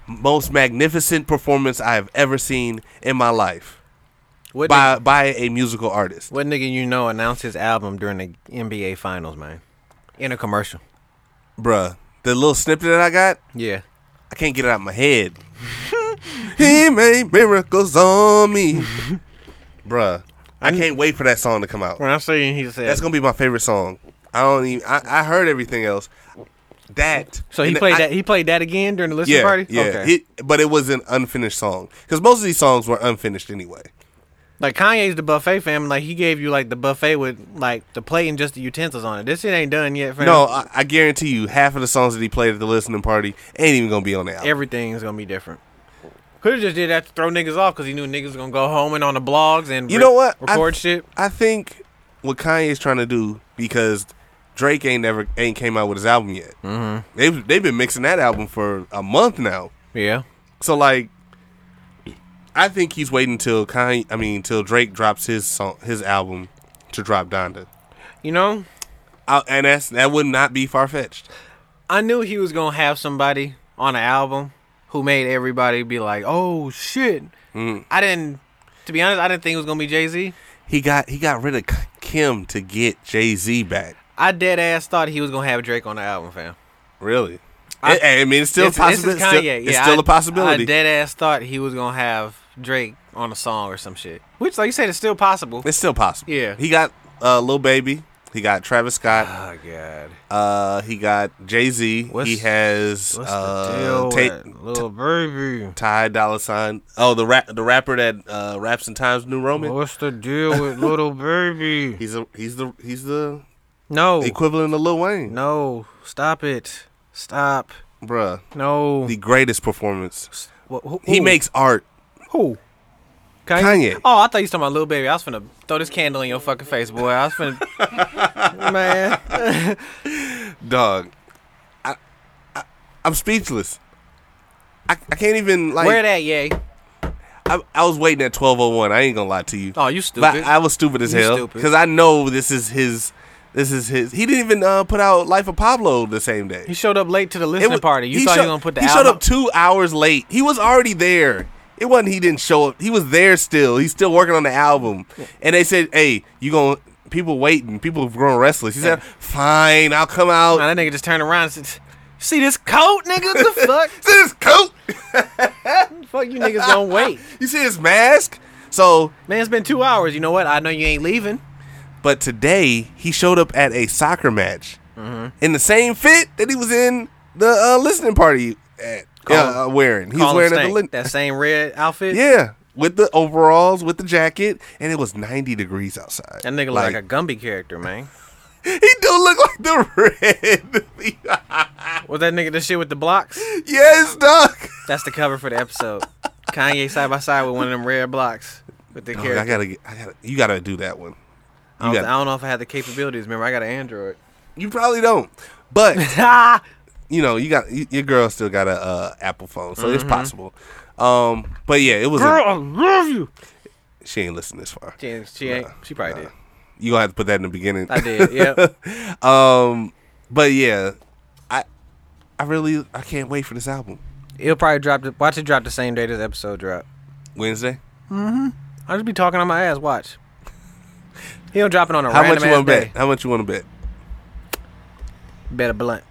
Speaker 1: most magnificent performance I have ever seen in my life
Speaker 2: What,
Speaker 1: by
Speaker 2: nigga,
Speaker 1: by a musical artist.
Speaker 2: what nigga you know announced his album during the NBA Finals, man? In a commercial.
Speaker 1: Bruh, the little snippet that I got,
Speaker 2: Yeah.
Speaker 1: I can't get it out of my head. he made miracles on me. Bruh, I can't wait for that song to come out.
Speaker 2: When I see he said
Speaker 1: That's gonna be my favorite song. I don't even. I, I heard everything else. That
Speaker 2: So he
Speaker 1: and
Speaker 2: played
Speaker 1: I-
Speaker 2: that he played that again during the listening
Speaker 1: yeah,
Speaker 2: party?
Speaker 1: yeah.
Speaker 2: Okay.
Speaker 1: He- but it was an unfinished song because most of these songs were unfinished anyway.
Speaker 2: like Kanye's the buffet fam, like he gave you like the buffet with like the plate and just the utensils on it. This shit ain't done yet, fam.
Speaker 1: No, I, I guarantee you, half of the songs that he played at the listening party ain't even gonna be on the album.
Speaker 2: Everything's gonna be different. Could have just did that to throw niggas off because he knew niggas was gonna go home and on the blogs and
Speaker 1: you
Speaker 2: re-
Speaker 1: know what? I-
Speaker 2: record shit.
Speaker 1: I think what Kanye's trying to do because Drake ain't never ain't came out with his album yet. Mm-hmm. They've they've been mixing that album for a month now.
Speaker 2: Yeah.
Speaker 1: So like, I think he's waiting till Kanye. I mean, till Drake drops his song, his album, to drop Donda.
Speaker 2: You know,
Speaker 1: I, and that's that would not be far fetched.
Speaker 2: I knew he was gonna have somebody on an album who made everybody be like, "Oh shit!" I didn't. To be honest, I didn't think it was gonna be Jay Z.
Speaker 1: He got he got rid of K- Kim to get Jay Z back.
Speaker 2: I dead ass thought he was gonna have Drake on the album, fam.
Speaker 1: Really?
Speaker 2: I-
Speaker 1: I, I mean, it's still
Speaker 2: This-
Speaker 1: a possibility.
Speaker 2: This is Kanye. yeah,
Speaker 1: it's still
Speaker 2: a
Speaker 1: a possibility.
Speaker 2: I dead ass thought he was gonna have Drake on a song or some shit. Which, like you said, is still possible.
Speaker 1: It's still possible.
Speaker 2: Yeah.
Speaker 1: He got uh, Lil Baby. He got Travis Scott.
Speaker 2: oh god,
Speaker 1: Uh, he got Jay Z.
Speaker 2: What's-
Speaker 1: He has
Speaker 2: what's the
Speaker 1: uh,
Speaker 2: deal
Speaker 1: Ta-
Speaker 2: with little baby?
Speaker 1: Ty Dolla Sign. Oh, the rap, the rapper that uh, raps in Times New Roman.
Speaker 2: What's the deal with little baby?
Speaker 1: He's a, he's the he's the
Speaker 2: No,
Speaker 1: equivalent of Lil Wayne,
Speaker 2: no, stop it, stop,
Speaker 1: bruh.
Speaker 2: no.
Speaker 1: The greatest performance.
Speaker 2: Wh- who-
Speaker 1: He
Speaker 2: who?
Speaker 1: makes art.
Speaker 2: who?
Speaker 1: Kanye.
Speaker 2: Oh, I thought you was talking about little baby. I was finna throw this candle in your fucking face, boy. I was finna, man.
Speaker 1: dog. I, I I'm speechless. I, I can't even like.
Speaker 2: Where that, yay?
Speaker 1: I, I was waiting at twelve oh one. I ain't gonna lie to you.
Speaker 2: Oh, you
Speaker 1: But
Speaker 2: stupid.
Speaker 1: I was stupid as
Speaker 2: You
Speaker 1: hell
Speaker 2: stupid.
Speaker 1: because I know this is his. This is his. He didn't even uh, put out Life of Pablo the same day.
Speaker 2: He showed up late to the listening
Speaker 1: It wa-
Speaker 2: party. You thought
Speaker 1: show-
Speaker 2: you were gonna put the
Speaker 1: He
Speaker 2: album.
Speaker 1: showed up two hours late. He was already there. It wasn't he didn't show up. He was there still. He's still working on the album. And they said, "Hey, you going to people waiting. People growing restless." He said, "Fine, I'll come out."
Speaker 2: Nah, that nigga just turned around and said, "See this coat, nigga? What the fuck?
Speaker 1: See this coat?
Speaker 2: fuck you niggas don't wait,
Speaker 1: You see his mask? So,
Speaker 2: man. It's been two hours. You know what? I know you ain't leaving.
Speaker 1: but today he showed up at a soccer match
Speaker 2: Mm-hmm.
Speaker 1: in the same fit that he was in the uh, listening party at
Speaker 2: Call-
Speaker 1: uh, wearing. He was
Speaker 2: Call him
Speaker 1: wearing at the
Speaker 2: Stank.
Speaker 1: lin-
Speaker 2: that same red outfit.
Speaker 1: yeah with the overalls with the jacket, and it was ninety degrees outside.
Speaker 2: That nigga look like, a Gumby character, man.
Speaker 1: he do look like the red.
Speaker 2: Was that nigga the shit with the blocks?
Speaker 1: yes, Doc.
Speaker 2: That's the cover for the episode. Kanye side by side with one of them red blocks with the
Speaker 1: I
Speaker 2: character.
Speaker 1: gotta, get- I gotta, you gotta do that one.
Speaker 2: I,
Speaker 1: You
Speaker 2: don't,
Speaker 1: got-
Speaker 2: I don't know if I had the capabilities. Remember, I got an Android.
Speaker 1: You probably don't, but Ah!
Speaker 2: Ha!
Speaker 1: you know, you got y- your girl still got a uh, Apple phone, so
Speaker 2: Mm-hmm.
Speaker 1: it's possible. Um, but yeah, it was. a-
Speaker 2: I love you.
Speaker 1: she ain't listening this far. Uh,
Speaker 2: She, ain't- she ain't. She probably did.
Speaker 1: You gonna have to put that in the beginning.
Speaker 2: I did. Yep.
Speaker 1: um, but yeah, I, I really, I can't wait for this album
Speaker 2: It'll probably drop. The, watch it drop the same day this episode drop.
Speaker 1: Wednesday.
Speaker 2: I'll just be talking on my ass. Watch. He don't drop it on a
Speaker 1: How
Speaker 2: random
Speaker 1: much you
Speaker 2: ass
Speaker 1: want to
Speaker 2: day.
Speaker 1: bet? How much you want to bet?
Speaker 2: Bet a blunt.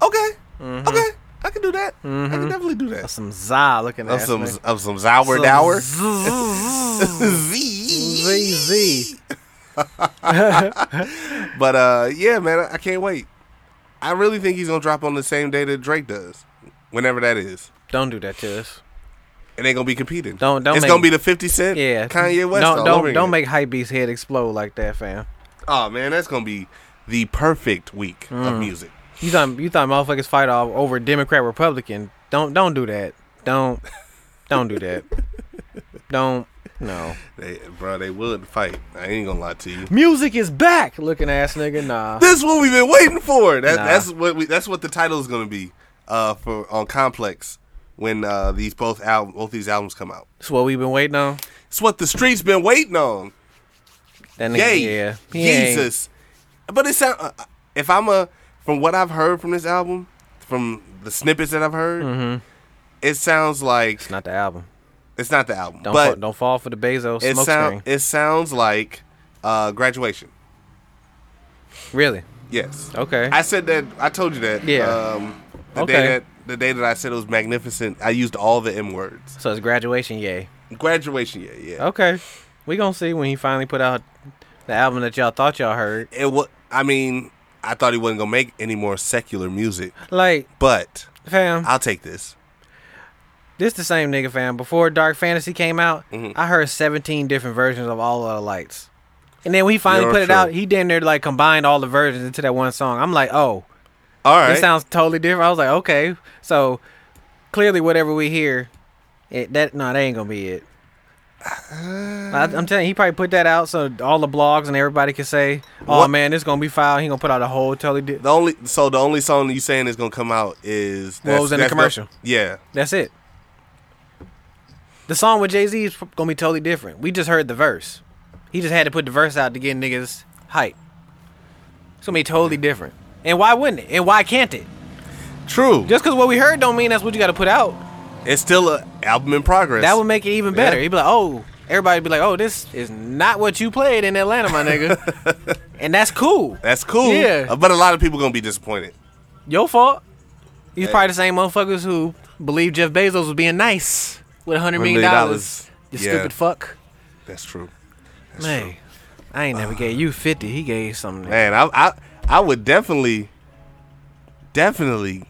Speaker 1: Okay,
Speaker 2: Mm-hmm.
Speaker 1: okay, I can do that. I can definitely do that.
Speaker 2: Some za looking
Speaker 1: Of
Speaker 2: Mm-hmm. ass.
Speaker 1: some,
Speaker 2: nigga.
Speaker 1: of some sour
Speaker 2: Some
Speaker 1: dour.
Speaker 2: z-
Speaker 1: Z.
Speaker 2: ZZ.
Speaker 1: But uh, yeah, man, I, I can't wait. I really think he's gonna drop on the same day that Drake does, whenever that is.
Speaker 2: Don't do that to us.
Speaker 1: And they gonna be competing.
Speaker 2: Don't- don't
Speaker 1: It's
Speaker 2: make-
Speaker 1: gonna be the Fifty Cent.
Speaker 2: Yeah.
Speaker 1: Kanye West.
Speaker 2: Don't
Speaker 1: all
Speaker 2: don't,
Speaker 1: over again.
Speaker 2: don't make Hypebeast head explode like that, fam.
Speaker 1: Oh man, that's gonna be the perfect week
Speaker 2: Mm.
Speaker 1: of music.
Speaker 2: You thought you thought motherfuckers fight all over Democrat Republican. Don't don't do that. Don't don't do that. don't no.
Speaker 1: They, bro, they would fight. I ain't gonna lie to you.
Speaker 2: Music is back. Looking ass nigga. Nah.
Speaker 1: This is what we've been waiting for. That,
Speaker 2: Nah.
Speaker 1: That's what we, that's what the title is gonna be uh, for on Complex when uh, these both al- both these albums come out.
Speaker 2: That's what we've been waiting on.
Speaker 1: It's what the streets been waiting on.
Speaker 2: That nigga.
Speaker 1: Yay,
Speaker 2: Yeah. He ain't-
Speaker 1: Jesus. But it sound. Uh, if I'm a from what I've heard from this album, from the snippets that I've heard, it sounds like
Speaker 2: Mm-hmm. It's not the album.
Speaker 1: it's not the album,
Speaker 2: Don't
Speaker 1: but
Speaker 2: fall, don't fall for the Bezos
Speaker 1: it
Speaker 2: smoke
Speaker 1: sound
Speaker 2: screen.
Speaker 1: it sounds like uh, graduation.
Speaker 2: Really?
Speaker 1: Yes.
Speaker 2: Okay.
Speaker 1: I said that. I told you that.
Speaker 2: Yeah.
Speaker 1: Um, the
Speaker 2: Okay.
Speaker 1: day that the day that I said it was magnificent, I used all the M words.
Speaker 2: so it's graduation. Yay.
Speaker 1: Graduation. Yeah. Yeah.
Speaker 2: Okay. We gonna see when he finally put out the album that y'all thought y'all heard.
Speaker 1: It was. I mean, I thought he wasn't gonna make any more secular music,
Speaker 2: Like,
Speaker 1: but
Speaker 2: fam,
Speaker 1: I'll take this.
Speaker 2: this the same nigga, fam. Before Dark Fantasy came out,
Speaker 1: Mm-hmm.
Speaker 2: I heard 17 different versions of all of the lights. And then when he finally
Speaker 1: You're
Speaker 2: put it
Speaker 1: true.
Speaker 2: out, he damn near like combined all the versions into that one song. I'm like, oh,
Speaker 1: All right.
Speaker 2: this sounds totally different. I was like, okay, so clearly whatever we hear, it, that no, that ain't gonna be it. I, I'm telling you, he probably put that out so all the blogs and everybody could say, "Oh
Speaker 1: What-
Speaker 2: man, this gonna be foul." He gonna put out a whole totally. Di-
Speaker 1: The only so the only song you saying is gonna come out is
Speaker 2: What was in the
Speaker 1: that's-
Speaker 2: commercial.
Speaker 1: yeah,
Speaker 2: That's it. The song with Jay Z is gonna be totally different. We just heard the verse. He just had to put the verse out to get niggas hype. It's gonna be totally different. And why wouldn't it? And why can't it?
Speaker 1: true.
Speaker 2: Just because what we heard don't mean that's what you got to put out.
Speaker 1: it's still a album in progress.
Speaker 2: That would make it even better.
Speaker 1: Yeah.
Speaker 2: He'd be like, "Oh, everybody'd be like, oh, this is not what you played in Atlanta, my nigga," and that's cool.
Speaker 1: that's cool.
Speaker 2: Yeah.
Speaker 1: uh, but a lot of people gonna be disappointed.
Speaker 2: Your fault. He's probably the same motherfuckers who believe Jeff Bezos was being nice with a hundred million
Speaker 1: $100 million
Speaker 2: dollars. You
Speaker 1: Yeah.
Speaker 2: stupid fuck.
Speaker 1: That's Uh, true.
Speaker 2: Man, I ain't never gave you fifty. He gave something.
Speaker 1: Man, I I, I would definitely, definitely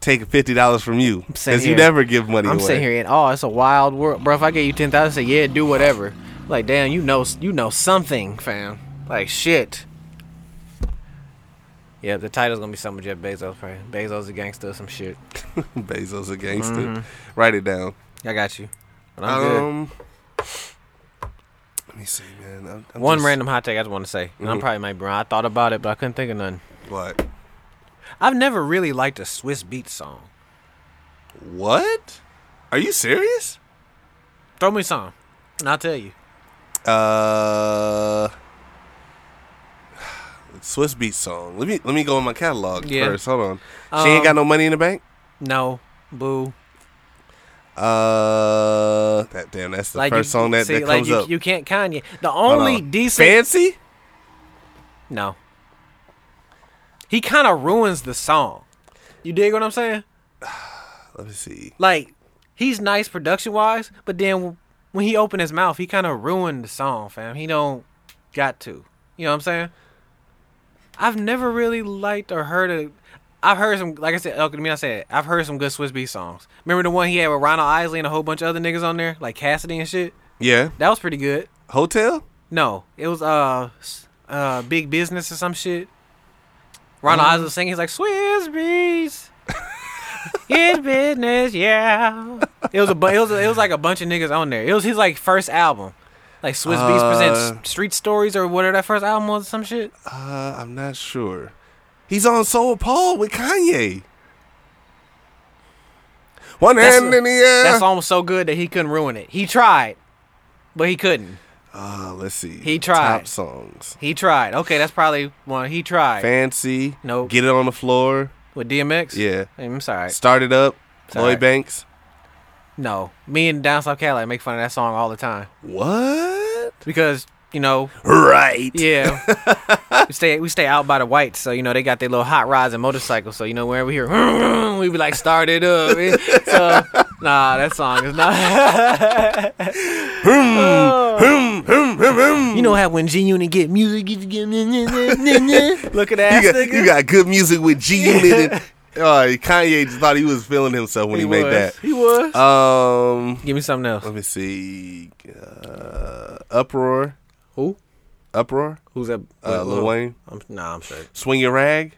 Speaker 1: take fifty dollars from you
Speaker 2: sitting
Speaker 1: because you
Speaker 2: here-
Speaker 1: never give money
Speaker 2: I'm
Speaker 1: away.
Speaker 2: sitting here in awe. It's a wild world, bro. If I gave you ten thousand, say yeah, do whatever. Like damn, you know, you know something, fam. Like shit. Yeah, the title's gonna be something with Jeff Bezos, probably. Bezos a gangster or some shit.
Speaker 1: Bezos a gangster. Write it down.
Speaker 2: I got you. But Mm-hmm.
Speaker 1: Um,
Speaker 2: I'm
Speaker 1: Let me see, man. I'm, I'm
Speaker 2: One
Speaker 1: just- Mhm.
Speaker 2: random hot take I just want to say. And I'm probably might be wrong. I thought about it, but I couldn't think of none.
Speaker 1: What?
Speaker 2: I've never really liked a Swiss beat song.
Speaker 1: What? Are you serious?
Speaker 2: Throw me some, and I'll tell you.
Speaker 1: Uh, Swiss Beat song. Let me let me go in my catalog
Speaker 2: Yeah.
Speaker 1: first. Hold on. she ain't got
Speaker 2: Um,
Speaker 1: no money in the bank.
Speaker 2: No, boo.
Speaker 1: Uh, that damn. That's the first
Speaker 2: you,
Speaker 1: song that,
Speaker 2: see,
Speaker 1: that
Speaker 2: like
Speaker 1: comes
Speaker 2: you,
Speaker 1: up.
Speaker 2: you can't Kanye. The
Speaker 1: Hold
Speaker 2: only
Speaker 1: on.
Speaker 2: decent
Speaker 1: fancy.
Speaker 2: no. He kind of ruins the song. You dig what I'm saying?
Speaker 1: Let me see.
Speaker 2: Like he's nice production wise, but then when he opened his mouth, he kind of ruined the song, fam. He don't got to. You know what I'm saying? I've never really liked or heard a. I've heard some, like I said, I mean, I said I've heard some good Swiss B songs. Remember the one he had with Ronald Isley and a whole bunch of other niggas on there, like Cassidy and shit.
Speaker 1: Yeah,
Speaker 2: That was pretty good.
Speaker 1: hotel.
Speaker 2: No, it was uh, s- uh, big business or some shit. Ronald
Speaker 1: Mm-hmm.
Speaker 2: Isley was singing. He's like Swiss beats, it's business, yeah. It was a bu- it was a, it was like a bunch of niggas on there. It was his like first album, like Swiss Beats
Speaker 1: Uh,
Speaker 2: presents Street Stories or whatever that first album was, some shit.
Speaker 1: Uh, I'm not sure. He's on Soul Paul with Kanye. One
Speaker 2: That's-
Speaker 1: hand in the air.
Speaker 2: That song was so good that he couldn't ruin it. He tried, but he couldn't.
Speaker 1: Uh, let's see.
Speaker 2: He tried.
Speaker 1: Top songs.
Speaker 2: He tried. Okay, that's probably one. He tried
Speaker 1: Fancy.
Speaker 2: Nope.
Speaker 1: Get it on the floor.
Speaker 2: with DMX.
Speaker 1: Yeah.
Speaker 2: I'm sorry.
Speaker 1: Started up.
Speaker 2: all
Speaker 1: Lloyd
Speaker 2: right.
Speaker 1: Banks.
Speaker 2: No, me and Down South Cadillac make fun of that song all the time
Speaker 1: What?
Speaker 2: because you know
Speaker 1: Right.
Speaker 2: Yeah. we stay we stay out by the whites, so you know they got their little hot rods and motorcycles. So you know whenever we hear we be like started up. eh? So nah, that song is not You know how when G Unit get music you get look at that
Speaker 1: You got,
Speaker 2: nigga.
Speaker 1: you got good music with G Unit. and- Oh, Kanye just thought he was feeling himself when he, made
Speaker 2: was.
Speaker 1: that. Uh,
Speaker 2: He was.
Speaker 1: Um,
Speaker 2: Give me something else.
Speaker 1: let me see. Uh, uproar,
Speaker 2: Who?
Speaker 1: uproar.
Speaker 2: Who's that?
Speaker 1: Uh, Lil Wayne,
Speaker 2: I'm, nah, I'm sure.
Speaker 1: swing your rag.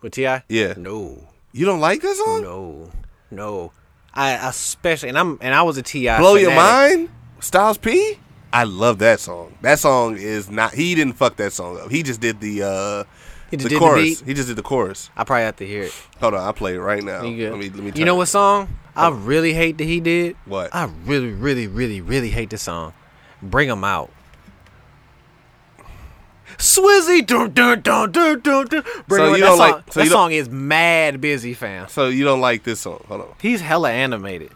Speaker 2: With Ti?
Speaker 1: Yeah.
Speaker 2: No.
Speaker 1: You don't like that song?
Speaker 2: No. No. I especially and I'm and I was a Ti.
Speaker 1: Blow your
Speaker 2: fanatic.
Speaker 1: mind, Styles P. I love that song. That song is not. He didn't fuck that song up. He just did the uh,
Speaker 2: He just
Speaker 1: the
Speaker 2: did the
Speaker 1: chorus.
Speaker 2: beat?
Speaker 1: he just did the chorus.
Speaker 2: I probably have to hear it.
Speaker 1: Hold on, I play it right now.
Speaker 2: You good?
Speaker 1: Oh, Let me let me.
Speaker 2: you
Speaker 1: turn
Speaker 2: know
Speaker 1: it.
Speaker 2: what song I really hate that he did?
Speaker 1: What?
Speaker 2: I really, really, really, really hate this song. Bring 'em out. Swizzy, dun dun dun dun dun dun. Bring
Speaker 1: So
Speaker 2: 'em
Speaker 1: you
Speaker 2: out.
Speaker 1: don't
Speaker 2: That, song,
Speaker 1: like- so
Speaker 2: that
Speaker 1: you don't-
Speaker 2: song is mad busy, fam.
Speaker 1: So you don't like this song? Hold on.
Speaker 2: He's hella animated.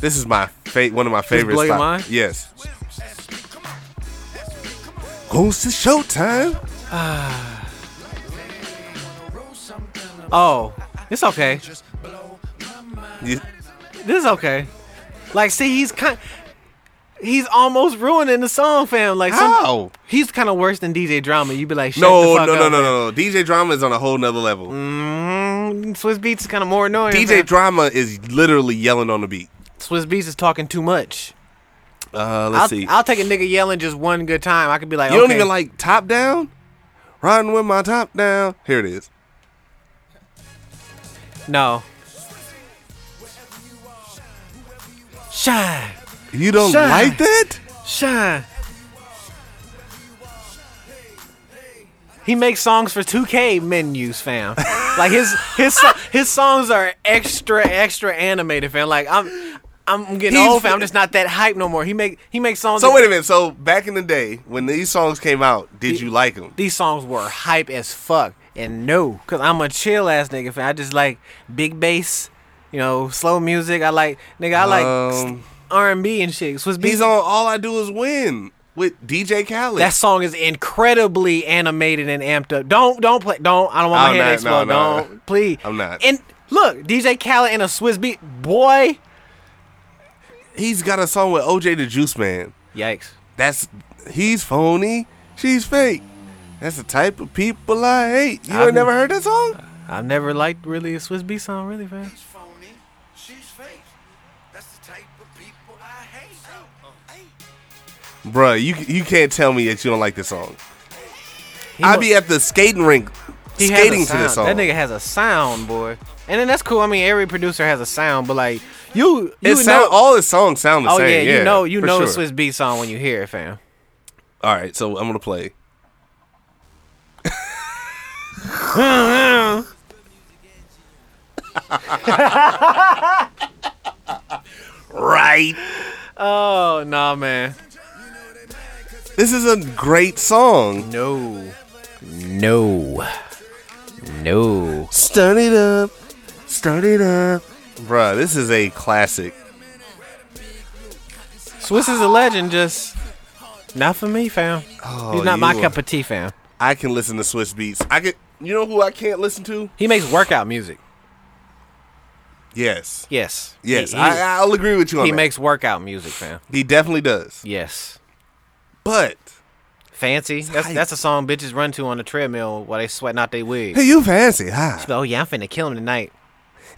Speaker 1: This is my fa- one of my favorites.
Speaker 2: Blow Your
Speaker 1: Stop-
Speaker 2: Mind?
Speaker 1: Yes. Goes to Showtime.
Speaker 2: Oh, it's okay.
Speaker 1: You-
Speaker 2: This is okay. Like, see, he's kind. He's almost ruining the song, fam. Like, some-
Speaker 1: How?
Speaker 2: he's kind of worse than DJ Drama. You'd be like, Shut
Speaker 1: No,
Speaker 2: the
Speaker 1: no,
Speaker 2: fuck
Speaker 1: no,
Speaker 2: up,
Speaker 1: no, no,
Speaker 2: man.
Speaker 1: no. DJ Drama is on a whole nother level.
Speaker 2: Mm, Swiss Beats is kind of more annoying.
Speaker 1: DJ
Speaker 2: fam.
Speaker 1: Drama is literally yelling on the beat.
Speaker 2: Swiss Beats is talking too much.
Speaker 1: Uh, let's
Speaker 2: I'll,
Speaker 1: see.
Speaker 2: I'll take a nigga yelling just one good time. I could be like,
Speaker 1: you don't
Speaker 2: okay.
Speaker 1: even like Top Down? Riding with my top down. Here it is.
Speaker 2: No. Shine,
Speaker 1: You don't
Speaker 2: Shine.
Speaker 1: like that?
Speaker 2: shine. He makes songs for 2K menus, fam. like his his so- his songs are extra extra animated, fam. Like I'm I'm getting
Speaker 1: He's-
Speaker 2: old, fam. I'm just not that hype no more. He make he makes songs.
Speaker 1: So
Speaker 2: that-
Speaker 1: wait a minute. So back in the day when these songs came out, did you like them?
Speaker 2: these songs were hype as fuck. And no, cause I'm a chill ass nigga fan. I just like big bass, you know, slow music. I like nigga. I like
Speaker 1: Um,
Speaker 2: R and B and shit. Swiss
Speaker 1: He's
Speaker 2: Beats.
Speaker 1: on All I Do Is Win with DJ Khaled.
Speaker 2: that song is incredibly animated and amped up. Don't don't play. Don't. I don't want my
Speaker 1: I'm
Speaker 2: head to
Speaker 1: not- no,
Speaker 2: explode.
Speaker 1: no.
Speaker 2: don't please.
Speaker 1: I'm not.
Speaker 2: And look, DJ Khaled and a Swiss Beat boy.
Speaker 1: he's got a song with OJ the Juice Man.
Speaker 2: Yikes.
Speaker 1: That's he's phony, she's fake. That's the type of people I hate. You
Speaker 2: I'm-
Speaker 1: ain't never heard that song?
Speaker 2: I've never liked really a Swiss Beat song really, fam.
Speaker 5: She's phony. She's fake. That's the type of people I hate.
Speaker 2: Oh,
Speaker 1: Bruh, you you can't tell me that you don't like this song.
Speaker 2: He
Speaker 1: I
Speaker 2: wa-
Speaker 1: be at the skating rink
Speaker 2: He has a
Speaker 1: skating to this song.
Speaker 2: sound. That nigga has a sound, boy. And then that's cool. I mean, every producer has a sound, but like you, you
Speaker 1: it
Speaker 2: know,
Speaker 1: sound, all his songs sound the
Speaker 2: oh
Speaker 1: same.
Speaker 2: yeah, you know, you
Speaker 1: for
Speaker 2: know
Speaker 1: sure.
Speaker 2: the Swiss Beat song when you hear it, fam.
Speaker 1: All right, so I'm gonna play. right.
Speaker 2: Oh nah, man.
Speaker 1: This is a great song.
Speaker 2: No, no, no.
Speaker 1: Start it up. Start it up. Bruh, this is a classic.
Speaker 2: Swiss is a legend, just not for me, fam.
Speaker 1: Oh,
Speaker 2: He's not
Speaker 1: you
Speaker 2: my
Speaker 1: are-
Speaker 2: cup of tea, fam.
Speaker 1: I can listen to Swiss beats. I can. You know who I can't listen to?
Speaker 2: He makes workout music.
Speaker 1: Yes.
Speaker 2: Yes.
Speaker 1: Yes.
Speaker 2: He,
Speaker 1: I, I'll agree with you on
Speaker 2: he
Speaker 1: that.
Speaker 2: makes workout music, fam.
Speaker 1: He definitely does.
Speaker 2: Yes.
Speaker 1: But
Speaker 2: Fancy. That's
Speaker 1: hype.
Speaker 2: that's a song bitches run to on the treadmill while they sweating out their wig.
Speaker 1: hey, you fancy, huh?
Speaker 2: Oh yeah, I'm finna kill him tonight.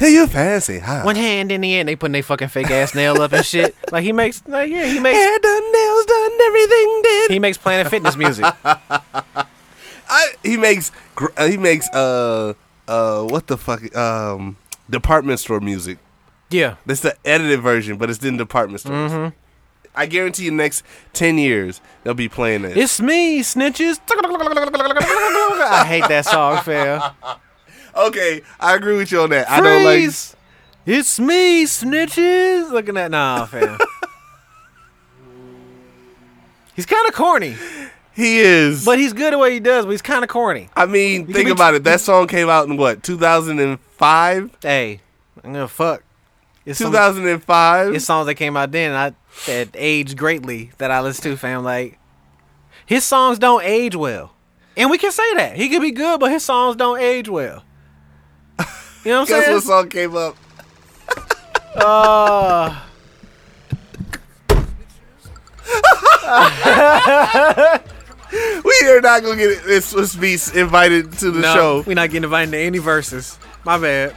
Speaker 1: Hey, you fancy, huh?
Speaker 2: One hand in the end, they putting their fucking fake ass nail up and shit. Like he makes, like yeah, he makes,
Speaker 1: Hair done, nails done, everything did.
Speaker 2: he makes Planet Fitness music.
Speaker 1: I, he makes gr- uh, he makes uh uh what the fuck um department store music.
Speaker 2: Yeah,
Speaker 1: That's the edited version, but it's in department stores.
Speaker 2: Mm-hmm.
Speaker 1: I guarantee you, next ten years they'll be playing this.
Speaker 2: it's me, snitches. I hate that song, fam.
Speaker 1: okay, I agree with you on that. I don't like.
Speaker 2: Freeze! It's me, snitches. Looking at nah, fam. he's kind of corny,
Speaker 1: He is.
Speaker 2: but he's good at what he does. But he's kind of corny.
Speaker 1: I mean,
Speaker 2: could
Speaker 1: think
Speaker 2: be-
Speaker 1: about it. That song came out in what 2005.
Speaker 2: Hey, I'm gonna fuck. It's some-
Speaker 1: 2005.
Speaker 2: his songs that came out then I that aged greatly that I listen to, fam. Like his songs don't age well. And we can say that. He could be good, but his songs don't age well. You know what I'm
Speaker 1: Guess
Speaker 2: saying?
Speaker 1: what song came up?
Speaker 2: Uh.
Speaker 1: we are not gonna get this Swiss Beats invited to the
Speaker 2: no,
Speaker 1: show.
Speaker 2: We're not getting invited to any verses. My bad.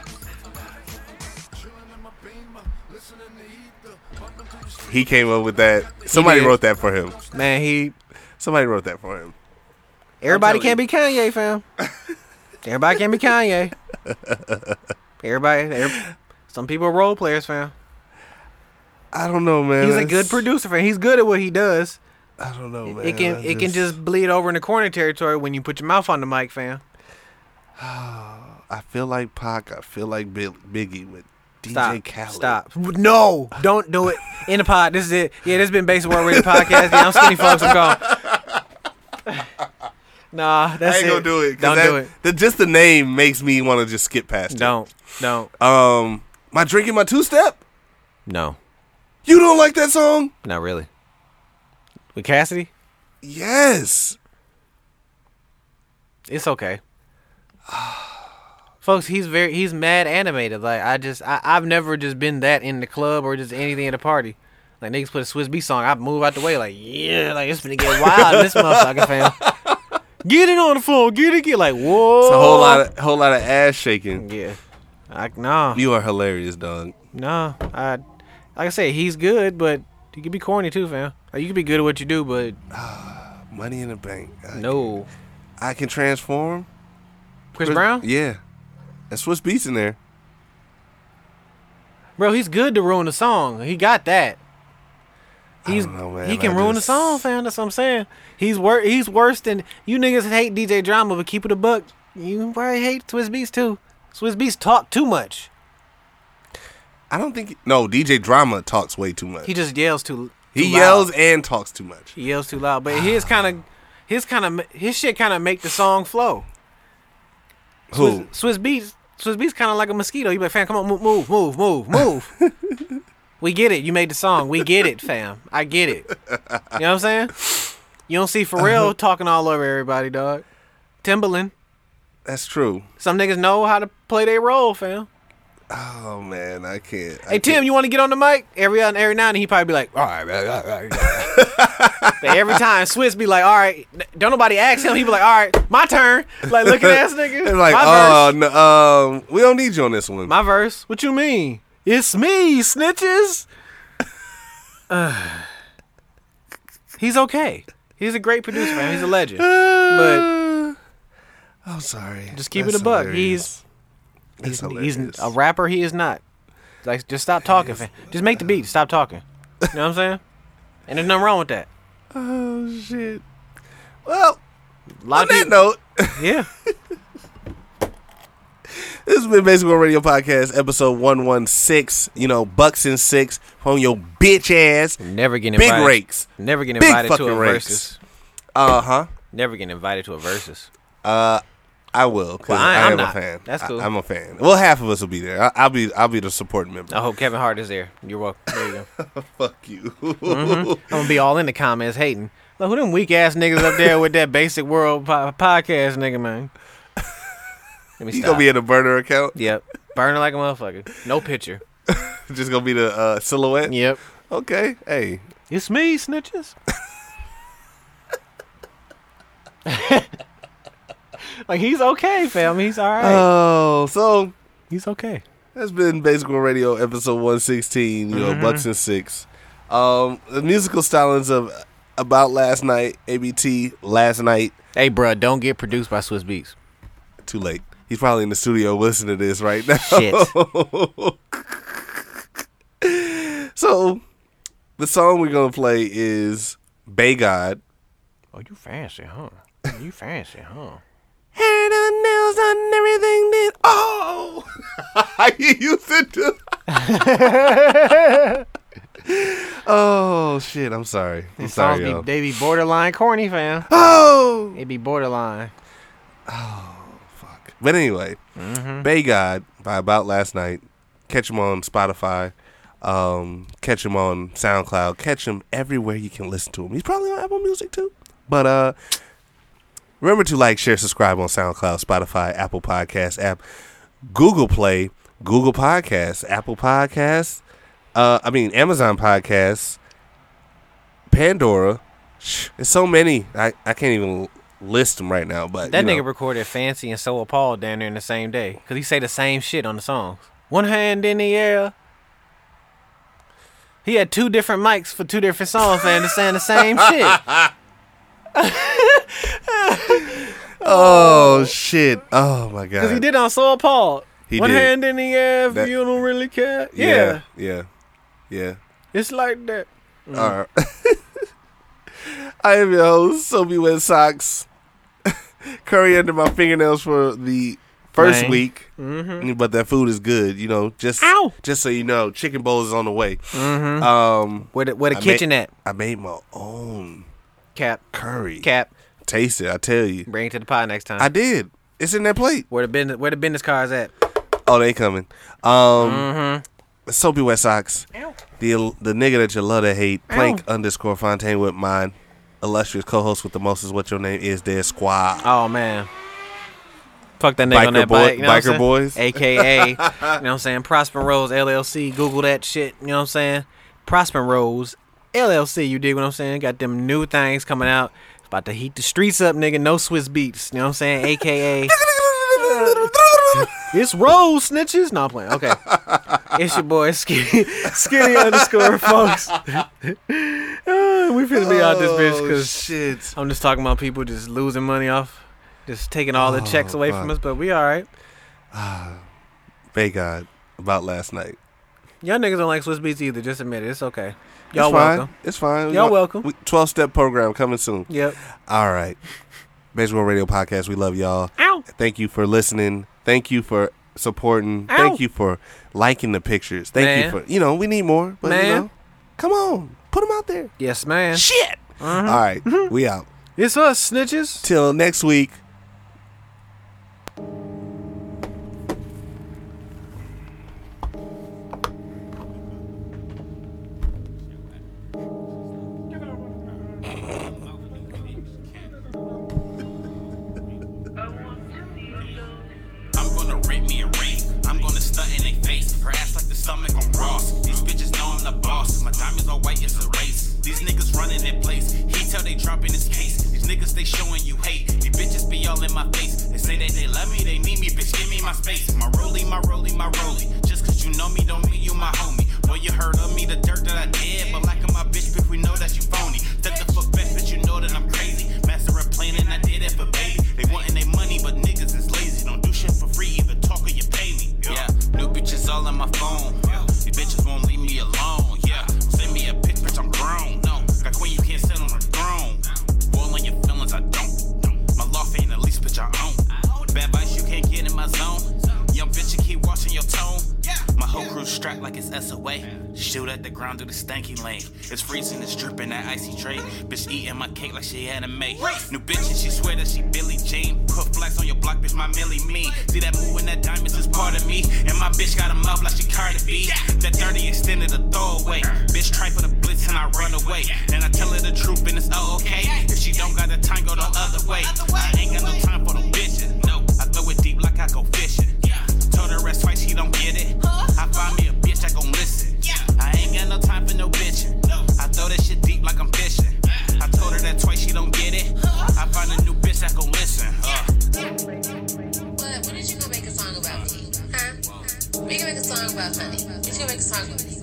Speaker 1: He came up with that. Somebody
Speaker 2: did.
Speaker 1: wrote that for him.
Speaker 2: Man, he
Speaker 1: Somebody wrote that for him.
Speaker 2: everybody
Speaker 1: I'm
Speaker 2: can't be Kanye, fam. everybody can't be Kanye. Everybody every- some people are role players, fam.
Speaker 1: I don't know, man.
Speaker 2: He's a
Speaker 1: That's-
Speaker 2: good producer, fam. He's good at what he does.
Speaker 1: I don't know, man.
Speaker 2: It can
Speaker 1: I
Speaker 2: it can just bleed over into corner territory when you put your mouth on the mic, fam.
Speaker 1: I feel like Pac. I feel like Bill, Biggie with DJ
Speaker 2: Stop.
Speaker 1: Khaled.
Speaker 2: Stop. No. Don't do it. In the pod. This is it. Yeah, this has been Basic World Radio Podcast. Yeah, I'm skinny folks. I'm gone. nah,
Speaker 1: I
Speaker 2: that's
Speaker 1: ain't
Speaker 2: it.
Speaker 1: gonna do it. 'cause
Speaker 2: Don't
Speaker 1: that-
Speaker 2: do it.
Speaker 1: The, just the name makes me want to just skip past
Speaker 2: Don't. Don't.
Speaker 1: it. Um, my drinking my two step.
Speaker 2: No.
Speaker 1: You don't like that song?
Speaker 2: Not really. With Cassidy,
Speaker 1: Yes.
Speaker 2: it's okay. Folks, he's very he's mad animated. Like I just I, I've never just been that in the club or just anything at a party. Like niggas put a Swiss B song, I move out the way like yeah, like it's gonna get wild in this motherfucker fam. Get it on the floor, get it, get like whoa.
Speaker 1: It's a whole lot of whole lot of ass shaking.
Speaker 2: Yeah. I nah.
Speaker 1: Oh. You are hilarious, dog.
Speaker 2: nah. I like I said, he's good, but you could be corny too, fam. Like you could be good at what you do, but
Speaker 1: Money in the bank. I,
Speaker 2: no.
Speaker 1: I can transform.
Speaker 2: Chris Brown?
Speaker 1: Yeah. That's Swiss Beats in there.
Speaker 2: Bro, he's good to ruin the song. He got that. He's
Speaker 1: don't know, man.
Speaker 2: he can
Speaker 1: I
Speaker 2: ruin the
Speaker 1: just-
Speaker 2: song, fam. That's what I'm saying. He's wor- he's worse than you niggas hate DJ Drama, but keep it a buck. You probably hate Swiss Beats too. Swiss Beats talk too much.
Speaker 1: I don't think no DJ Drama talks way too much.
Speaker 2: He
Speaker 1: He,
Speaker 2: just yells too. too
Speaker 1: yells
Speaker 2: loud.
Speaker 1: and talks too much.
Speaker 2: He yells too loud, but his kind of his kind of his shit kind of make the song flow. Swiss,
Speaker 1: Who?
Speaker 2: Swiss Beats. Swiss Beats kind of like a mosquito. You be like, fam, come on, move, move, move, move, move. we get it. You made the song. We get it, fam. I get it. You know what I'm saying? You don't see
Speaker 1: Uh-huh.
Speaker 2: Pharrell talking all over everybody, dog. Timbaland.
Speaker 1: That's true.
Speaker 2: Some niggas know how to play their role, fam.
Speaker 1: Oh man, I can't. I
Speaker 2: Hey Tim,
Speaker 1: can't.
Speaker 2: you want to get on the mic every every now and then he probably be like, all right, man, all right, all right." But every time Swiss be like, all right, don't nobody ask him. He be like, all right, my turn. Like looking ass nigga.
Speaker 1: They're like,
Speaker 2: my
Speaker 1: oh, no, um, we don't need you on this one.
Speaker 2: My verse? What you mean? It's me, snitches. Ugh. he's okay. He's a great producer, man. He's a legend. But
Speaker 1: I'm sorry.
Speaker 2: Just keep
Speaker 1: That's
Speaker 2: it a buck.
Speaker 1: hilarious.
Speaker 2: He's,
Speaker 1: That's
Speaker 2: he's
Speaker 1: hilarious.
Speaker 2: a rapper. He is not. Like, just stop talking. fam. Just make the beat. Stop talking. You know what I'm saying? And there's nothing wrong with that.
Speaker 1: Oh shit. Well,
Speaker 2: A lot
Speaker 1: on
Speaker 2: of
Speaker 1: that
Speaker 2: people,
Speaker 1: note,
Speaker 2: yeah.
Speaker 1: this has been Basically One Radio Podcast, episode one one six. You know, bucks and six from your bitch ass.
Speaker 2: Never getting
Speaker 1: Big
Speaker 2: invited.
Speaker 1: rakes.
Speaker 2: Never getting
Speaker 1: Big
Speaker 2: invited to
Speaker 1: fucking
Speaker 2: a
Speaker 1: rakes.
Speaker 2: versus.
Speaker 1: Uh huh.
Speaker 2: Never getting invited to a versus.
Speaker 1: I will. 'cause
Speaker 2: Well, I-
Speaker 1: I,
Speaker 2: I'm
Speaker 1: am
Speaker 2: not.
Speaker 1: a fan.
Speaker 2: That's cool.
Speaker 1: I, am a fan. Well, half of us will be there. I, I'll be. I'll be the support member.
Speaker 2: I hope Kevin Hart is there. You're welcome. There you go.
Speaker 1: Fuck you.
Speaker 2: Mm-hmm. I'm gonna be all in the comments hating. Look, who them weak ass niggas up there with that basic world po- podcast nigga man? Let me
Speaker 1: you
Speaker 2: stop.
Speaker 1: gonna be in a burner account?
Speaker 2: yep, burning like a motherfucker. No picture.
Speaker 1: Just gonna be the uh, silhouette.
Speaker 2: Yep,
Speaker 1: Okay. Hey.
Speaker 2: it's me, snitches. like he's okay, fam. He's all right.
Speaker 1: Oh, so
Speaker 2: he's okay.
Speaker 1: That's been Basic World Radio episode 116, you know,
Speaker 2: Mm-hmm.
Speaker 1: Bucks and Six. Um, the musical stylings of About Last Night, ABT, Last Night,
Speaker 2: Hey, bruh, don't get produced by Swiss Beats.
Speaker 1: too late. He's probably in the studio listening to this right now.
Speaker 2: Shit.
Speaker 1: so, the song we're going to play is Bay God.
Speaker 2: Oh, you fancy, huh? You fancy, huh?
Speaker 1: Hair done, nails done, everything did. Oh, I used to do. oh shit! I'm sorry. I'm
Speaker 2: These songs
Speaker 1: sorry,
Speaker 2: be,
Speaker 1: y'all.
Speaker 2: they be borderline corny, fam.
Speaker 1: oh,
Speaker 2: They be borderline.
Speaker 1: fuck. But anyway,
Speaker 2: Mm-hmm.
Speaker 1: Bay God by About Last Night. Catch him on Spotify. Um, catch him on SoundCloud. Catch him everywhere you can listen to him. He's probably on Apple Music too. But uh, remember to like, share, subscribe on SoundCloud, Spotify, Apple Podcast app, Google Play, Google Podcasts, Apple Podcasts. Uh, I mean Amazon Podcasts, Pandora. Shh, It's so many. I, I can't even list them right now. But
Speaker 2: That
Speaker 1: you know.
Speaker 2: nigga recorded Fancy and So Appalled down there in the same day. Because he say the same shit on the songs. One hand in the air. He had two different mics for two different songs and they saying the same shit.
Speaker 1: Oh shit! Oh my god!
Speaker 2: Because he did on So Appalled.
Speaker 1: He
Speaker 2: One
Speaker 1: did.
Speaker 2: hand in the air if
Speaker 1: That-
Speaker 2: you don't really care. Yeah, Mm.
Speaker 1: Yeah, yeah, yeah.
Speaker 2: It's like that.
Speaker 1: All right. I am your host, Soapy Wet Socks. Curry under my fingernails for the first
Speaker 2: Man.
Speaker 1: week, Mm, but that food is good. You know, just
Speaker 2: Mm-hmm. Ow. Mm.
Speaker 1: just so you know, chicken bowl is on the way. Um,
Speaker 2: Where the, where the
Speaker 1: I
Speaker 2: kitchen
Speaker 1: made,
Speaker 2: at?
Speaker 1: I made my own
Speaker 2: Cap.
Speaker 1: curry.
Speaker 2: Cap.
Speaker 1: Taste it, I tell you.
Speaker 2: Bring it to the pod next time.
Speaker 1: I did. It's in that plate.
Speaker 2: where the business where the business cards at?
Speaker 1: Oh, they coming. Um,
Speaker 2: Mm-hmm.
Speaker 1: Soapy Wet Socks. The the nigga that you love to hate. Plank underscore Fontaine with mine. Illustrious co-host with the most is what your name is. Their squad.
Speaker 2: Oh man. Fuck that nigga
Speaker 1: Biker
Speaker 2: on that
Speaker 1: boy-
Speaker 2: bike. You know what
Speaker 1: biker
Speaker 2: I'm saying?
Speaker 1: boys?
Speaker 2: AKA, you know what I'm saying? Prosper Rose LLC. Google that shit. You know what I'm saying? Prosper Rose LLC. You dig what I'm saying? Got them new things coming out. About to heat the streets up, nigga. No Swiss beats. You know what I'm saying? AKA, it's Rose snitches. No, I'm playing. Okay. It's your boy Skinny, skinny underscore folks. we finna be out this bitch
Speaker 1: Oh,
Speaker 2: because
Speaker 1: shit.
Speaker 2: I'm just talking about people just losing money off, just taking all the checks
Speaker 1: Oh,
Speaker 2: away from us. But we all right.
Speaker 1: Bay God about last night.
Speaker 2: Y'all niggas don't like Swiss Beats either. Just admit it. It's okay.
Speaker 1: It's
Speaker 2: Y'all
Speaker 1: fine.
Speaker 2: welcome.
Speaker 1: It's fine.
Speaker 2: Y'all welcome.
Speaker 1: Twelve step program coming soon.
Speaker 2: Yep.
Speaker 1: All right. Baseball Radio Podcast. We love y'all.
Speaker 2: Ow.
Speaker 1: Thank you for listening. Thank you for supporting. Thank
Speaker 2: Ow.
Speaker 1: you for liking the pictures. Thank
Speaker 2: Man.
Speaker 1: you for you know we need more, but you
Speaker 2: Man.
Speaker 1: know, come on, put them out there.
Speaker 2: Yes, man.
Speaker 1: Shit.
Speaker 2: Mm-hmm.
Speaker 1: All right, we out.
Speaker 2: It's us, snitches.
Speaker 1: Till next week.
Speaker 4: I'm gonna rent me a ring. I'm gonna stunt in their face. Her ass like the stomach on Ross. These bitches know I'm the boss. My diamonds all white, it's a race. These niggas running in place. He tell they dropping his case. These niggas, they showing you hate. These bitches be all in my face. They say that they love me, they need me, bitch, give me my space. My rollie, my rollie, my rollie. Just cause you know me, don't mean you my homie. Boy, you heard of me, the dirt that I did. But like my bitch, bitch, we know that you phony. Stuck the foot back, but you know that I'm crazy. Master of planning, I did it for baby. They wanting their money, but niggas. It's all in my phone. These bitches won't leave me alone. Yeah, send me a pic, bitch, I'm grown. No, got queen, you can't sit on the throne. Roll on your feelings, I don't. My loft ain't the least, bitch, I own. Bad vice, you can't get in my zone. Young bitch, you keep watching your tone. My whole crew strapped like it's SOA. Shoot at the ground through the stanky lane. It's freezing, it's dripping that icy tray. Bitch eating my cake like she had a mate. New bitch and she swear that she Billy Jean. Put flags on your block, bitch, my Millie me. See that move and that diamonds is part of me. And my bitch got a mouth like she Cardi B. That 30 extended a throwaway. Bitch try for the blitz and I run away. And I tell her the truth and it's all okay. If she don't got the time, go the other way. I ain't got no time for no bitches. No, I throw it deep like I go fishing. Told her rest twice, she don't get it. I find me a bitch that gon' listen. I ain't got no time for no bitchin'. I throw that shit deep like I'm fishing. I told her that twice, she don't get it. I find a new bitch that gon' listen. Uh.
Speaker 6: But when did you go make a song about me? Huh? We can make a song about money. We can make a song about me.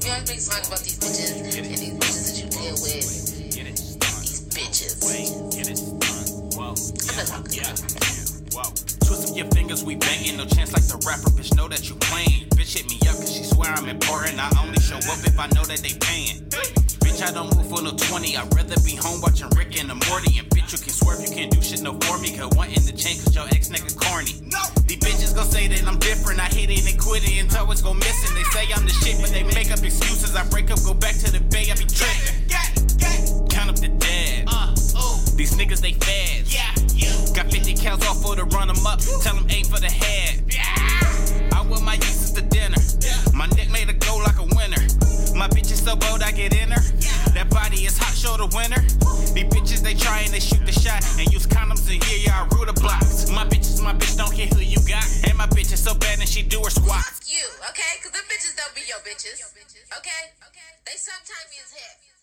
Speaker 6: You always make a song about these bitches and these bitches that you deal with.
Speaker 4: Get it done.
Speaker 6: These bitches.
Speaker 4: Wait, get it done. Whoa.
Speaker 6: I'm not talking
Speaker 4: Yeah.
Speaker 6: about you.
Speaker 4: Whoa. Twist up your fingers, we banging. No chance like the rapper, bitch. Know that you playing. Bitch hit me up, cause she swear I'm important. I only show up if I know that they paying. Bitch, I don't move for no 20. I'd rather be home watching Rick and the Morty. And bitch, you can swerve, you can't do shit no for me. Cause one in the chain, cause your ex nigga corny. No. These bitches gon' say that I'm different. I hit it and quit it until it's gon' missing. They say I'm the shit, but they make up excuses. I break up, go back to the bay, I be tripping. Count up the dead. These niggas, they fads. Got 50 cows off for the run 'em up. Tell 'em aim for the head. I wear my uses to dinner. My neck made a go like a winner. My bitch is so bold I get in her. That body is hot, show the winner. These bitches they try and they shoot the shot and use condoms and hear y'all rule the blocks. My bitch is my bitch, don't care who you got. And my bitch is so bad and she do her squats.
Speaker 6: Fuck you, okay? Because them bitches don't be your bitches. Okay? They sometimes is hip.